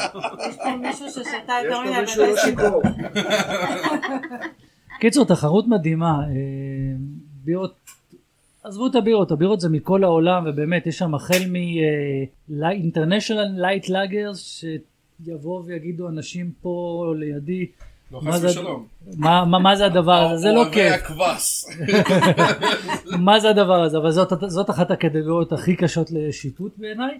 B: מישהו ששתה
F: יש
B: יותר
F: פה
B: מדי
F: מישהו לא שיכור.
A: קיצור, תחרות מדהימה. אה, בירות, עזבו את הבירות, הבירות זה מכל העולם, ובאמת, יש שם החל מ-International Light Lagers, שיבואו ויגידו אנשים פה לידי,
C: לא,
A: מה
C: חס
A: זה-
C: ושלום.
A: מה, מה, מה זה הדבר הזה, זה לא
C: אוהבי
A: כיף.
C: הכבש.
A: מה זה הדבר הזה, אבל זאת, זאת אחת הקטגוריות הכי קשות לשיפוט בעיניי,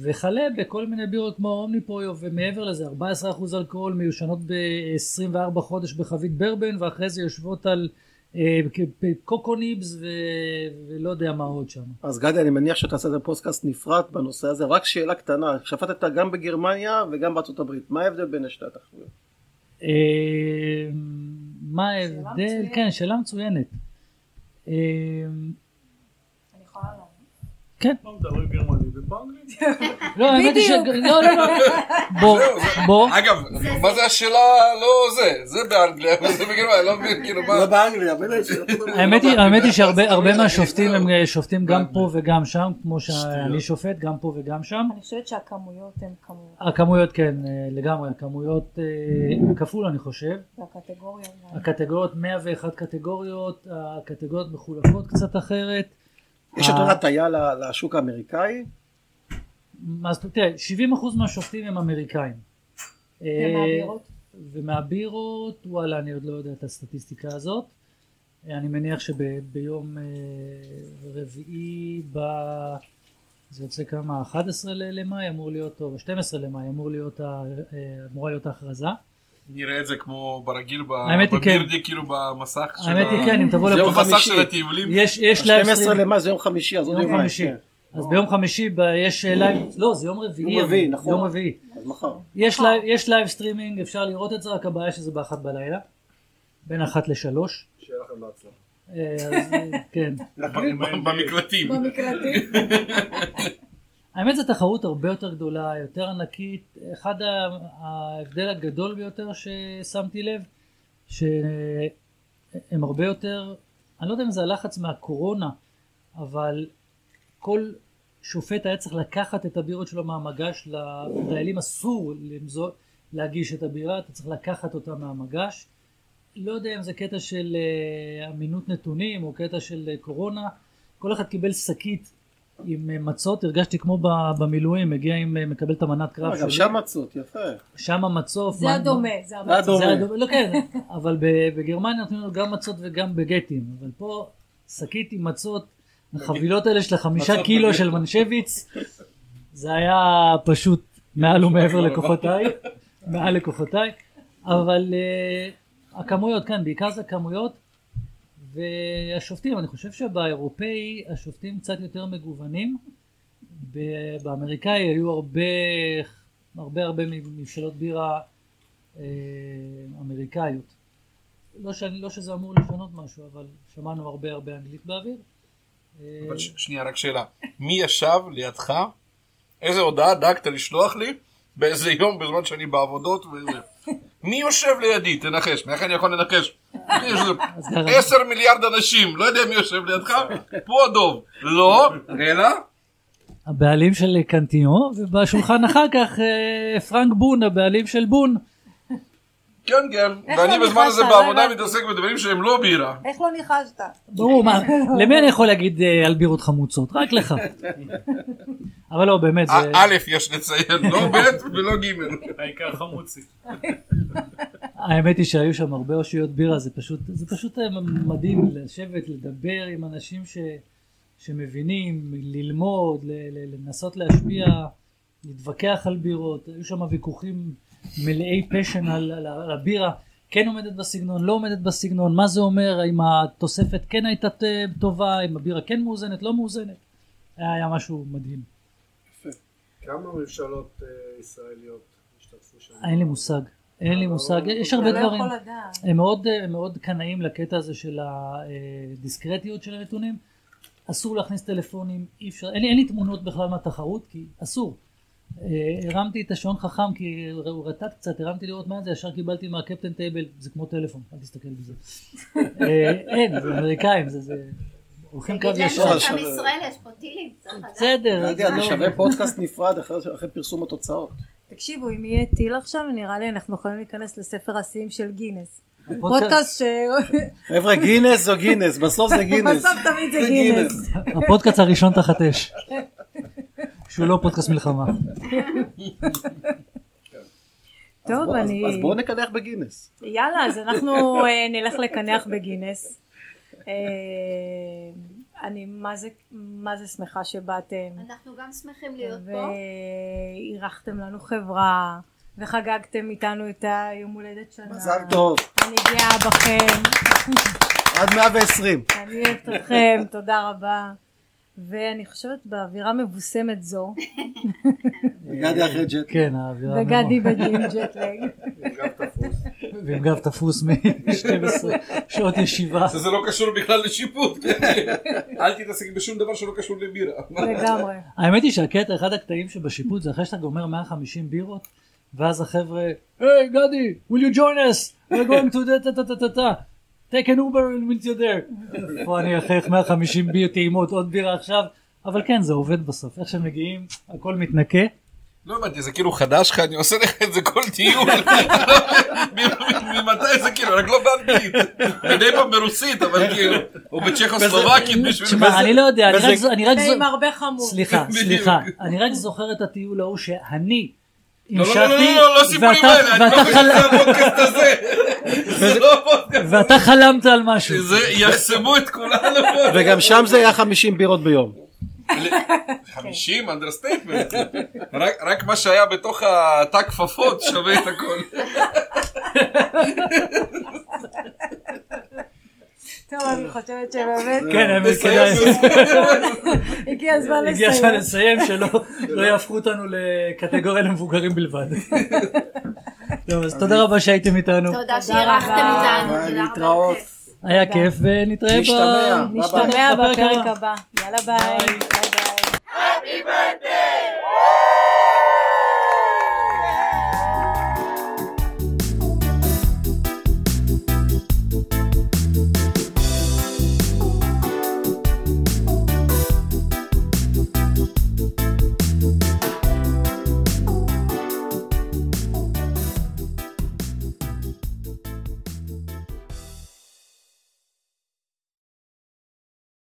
A: וכלה בכל מיני בירות כמו אומניפויו ומעבר לזה 14% אלכוהול מיושנות ב-24 חודש בחבית ברבן ואחרי זה יושבות על אה, כ- קוקוניבס ו... ולא יודע מה עוד שם.
E: אז גדי, אני מניח שתעשה את הפודקאסט נפרד בנושא הזה. רק שאלה קטנה, שפטת גם בגרמניה וגם בארצות הברית, מה ההבדל בין שתי התחרויות?
A: אה, מה ההבדל?
B: מצוינת.
A: כן, שאלה מצוינת. אה,
B: אני יכולה לענות.
C: לא,
H: פעם מדברים גרמנית ופעם אנגלית.
A: כן. לא, האמת היא ש... לא, לא, לא. בוא, בוא.
C: אגב, מה זה השאלה לא זה? זה באנגליה, וזה בגרמניה, אני לא מבין, כאילו מה...
E: לא באנגליה, בין היתר.
A: האמת היא,
C: לא
A: האמת היא
C: באנגליה,
A: שהרבה
C: אז
A: הרבה
C: תגיד,
A: מהשופטים הם
C: לא.
A: אה, שופטים גם
C: באנגליה.
A: פה וגם שם, כמו שאני שופט, גם פה וגם שם.
B: אני חושבת שהכמויות הן כמויות,
A: הכמויות כן, אה, לגמרי, הכמויות אה, כפול אני חושב.
B: והקטגוריות
A: אה,
B: גם.
A: הקטגוריות 101 קטגוריות, הקטגוריות מחולקות קצת אחרת.
E: יש יותר הטיה ל- לשוק האמריקאי?
A: אז תראה, 70% מהשופטים הם אמריקאים. אה,
B: ומהבירות.
A: ומהבירות, וואלה, אני עוד לא יודע את הסטטיסטיקה הזאת. אה, אני מניח שביום רביעי, ב... זה יוצא כמה? 11 ל- למאי אמור להיות, או 12 למאי אמור להיות, ה- אה, אמורה להיות ההכרזה.
C: נראה את זה כמו ברגיל, ב-
A: האמת היא כן.
C: בבירדי, כאילו במסך של
A: האמת היא
C: ה-
A: כן, אם תבוא
E: זה
A: לפה,
E: יום
C: במסך
E: חמישי.
C: של הטיולים.
A: יש, יש להם...
E: 12 למה זה יום חמישי, אז עוד
A: יום
E: יומיים,
A: חמישי.
E: כן.
A: אז ביום חמישי ב- יש אה, לייב, לא זה יום רביעי,
E: יום רביעי,
A: אבל-
E: נכון.
A: יום רביעי,
E: אז מחר.
A: יש, לי, יש לייב סטרימינג, אפשר לראות את זה, רק הבעיה שזה באחת בלילה, בין אחת לשלוש.
F: שיהיה לכם בהצלחה.
A: אה, אז, אה, כן.
C: ב- במקלטים.
B: לא
A: האמת זו תחרות הרבה יותר גדולה, יותר ענקית. אחד ה- ההבדל הגדול ביותר ששמתי לב, שהם הרבה יותר, אני לא יודע אם זה הלחץ מהקורונה, אבל כל שופט היה צריך לקחת את הבירות שלו מהמגש, לדיילים אסור למזו, להגיש את הבירה, אתה צריך לקחת אותה מהמגש. לא יודע אם זה קטע של אה, אמינות נתונים או קטע של אה, קורונה, כל אחד קיבל שקית עם אה, מצות, הרגשתי כמו ב- במילואים, מגיע עם, אה, מקבל את המנת קרב
E: גם
A: שלי,
E: שם מצות, יפה.
A: שם המצוף,
B: זה
A: מה-
B: הדומה, זה
E: זה
B: המצב.
A: זה
E: הדומה.
A: הדומה, לא כן, אבל ב- בגרמניה נותנים לנו גם מצות וגם בגטים, אבל פה שקית עם מצות, החבילות האלה של החמישה
C: מצות
A: קילו
C: בגט.
A: של מנשביץ, זה היה פשוט מעל ומעבר לכוחותיי, מעל לכוחותיי, אבל אה, הכמויות כאן, בעיקר זה הכמויות, והשופטים, אני חושב שבאירופאי השופטים קצת יותר מגוונים, ב- באמריקאי היו הרבה הרבה הרבה מבשלות בירה אה, אמריקאיות. לא, שאני, לא שזה אמור לשנות משהו, אבל שמענו הרבה הרבה אנגלית באוויר. אה,
C: אבל ש- שנייה, רק שאלה. מי ישב לידך? איזה הודעה דאגת לשלוח לי? באיזה יום, בזמן שאני בעבודות? וזה. מי יושב לידי? תנחש. מאיך אני יכול לנחש? יש
A: ככה.
C: עשר מיליארד אנשים, לא יודע מי יושב לידך. פה דוב. לא, אלא?
A: הבעלים של קנטינו, ובשולחן אחר כך אה, פרנק בון, הבעלים של בון.
C: כן, כן.
B: איך
C: ואני
B: לא
C: בזמן הזה
B: נכנסת?
C: בעבודה
B: לא הבנתי.
C: מתעסק בדברים שהם לא בירה.
B: איך לא ניחשת?
A: ברור, מה, למי אני יכול להגיד אה, על בירות חמוצות? רק לך. אבל לא, באמת, זה...
C: אה, א- א' יש לציין, לא ב' ולא ג'.
H: העיקר חמוצי.
A: האמת היא שהיו שם הרבה אושיות בירה, זה פשוט, זה פשוט אה, מדהים לשבת, לדבר עם אנשים ש, שמבינים, ללמוד, ל, ל, לנסות להשפיע, להתווכח על בירות, היו שם ויכוחים מלאי פשן על, על, ה- על הבירה, כן עומדת בסגנון, לא עומדת בסגנון, מה זה אומר, האם התוספת כן הייתה ט- טובה, אם הבירה כן מאוזנת, לא מאוזנת, היה היה משהו מדהים.
F: כמה ממשלות אה, ישראליות השתתפו שם?
A: אין לי מושג, אין לי מושג, יש הרבה
B: אתה לא
A: דברים.
B: יכול לדעת.
A: הם מאוד, אה, הם מאוד קנאים לקטע הזה של הדיסקרטיות של הנתונים. אסור להכניס טלפונים, אי אפשר, אין לי, אין לי תמונות בכלל מהתחרות, כי אסור. אה, הרמתי את השעון חכם כי הוא רטט קצת, הרמתי לראות מה זה, ישר קיבלתי מהקפטן טייבל, זה כמו טלפון, אל תסתכל בזה. אה, אין, זה אמריקאים, זה, זה, הולכים קו
D: תגיד להם
A: ישר.
D: שאתה
E: אבל-
D: מישראל יש פה טילים, צריך לדעת.
A: בסדר,
E: גדי,
A: זה
E: אני
A: לא-
E: שווה פודקאסט נפרד אחרי אחרי פרסום התוצאות.
B: תקשיבו, אם יהיה טיל עכשיו, נראה לי אנחנו יכולים להיכנס לספר השיאים של גינס.
A: הפודקאסט-
B: פודקאסט ש...
E: חבר'ה, גינס זו גינס, בסוף זה גינס.
B: בסוף תמיד זה גינס.
A: הפודקאסט הראשון תחת אש, שהוא לא פודקאסט מלחמה.
B: טוב,
E: אז-
B: אני...
E: אז בואו נקדח בגינס.
B: יאללה, אז אנחנו אה, נלך לקנח בגינס. אה, אני מה זה- מה זה שמחה שבאתם.
D: אנחנו גם שמחים להיות פה.
B: ואירחתם לנו חברה, וחגגתם איתנו את היום הולדת שנה.
E: מזל טוב,
B: אני גאה בכם,
E: עד 120.
B: אני אוהבת אתכם, תודה רבה. ואני חושבת באווירה מבוסמת זו,
E: גדי אחרי ג'ט.
A: כן, האווירה...
B: וגדי בג'ין ג'טלג,
A: ועם גב תפוס מ-12 שעות ישיבה.
C: זה לא קשור בכלל לשיפוט, אל תתעסק בשום דבר שלא קשור לבירה.
B: לגמרי.
A: האמת היא שהקטע, אחד הקטעים שבשיפוט זה אחרי שאתה גומר 150 בירות, ואז החבר'ה, היי גדי, will you join us? we're going to the ta ta ta ta ta take an Uber and we'll you there. פה אני אחרי 150 ביר טעימות, עוד בירה עכשיו, אבל כן, זה עובד בסוף. איך שהם מגיעים, הכל מתנקה.
C: לא הבנתי, זה כאילו חדש לך, אני עושה לך את זה כל טיול. ממתי זה כאילו, רק לא באנגלית. מדי פעם ברוסית, אבל כאילו, או בצ'כוסלובקית בשביל...
A: תשמע, אני לא יודע, אני רק זו- אני רק זו...
B: עם הרבה חמור.
A: סליחה,
C: בדיוק.
A: סליחה, אני רק זוכר את הטיול ההוא שאני
C: לא, לא, לא, לא,
A: המשכתי,
C: לא, לא סיפורים
A: ואתה-
C: האלה, אני לא
A: ואתה
C: חושב שזה
A: חל-
C: הפודקאסט הזה. זה לא הפודקאסט.
A: ואתה חלמת על משהו.
C: זה יחסמו את כולנו פה.
E: וגם שם זה היה 50 בירות ביום.
C: 50 אנדרסטייטמנט. רק- רק מה שהיה בתוך התא כפפות שווה את הכל.
B: טוב, אני חושבת שבאמת
A: כן, האמת
C: נסיים
A: כדאי.
B: הגיע הזמן
A: הגיע הזמן
B: לסיים.
A: לסיים שלא לא יהפכו אותנו לקטגוריה למבוגרים בלבד. טוב, אז תודה רבה שהייתם איתנו,
D: תודה שאירחתם אותנו, תודה
E: ביי,
D: רבה.
E: להתראות.
A: היה כיף ונתראה ב-
E: נשתמע, ביי ביי.
B: נשתמע בפרק הבא. יאללה ביי. ביי.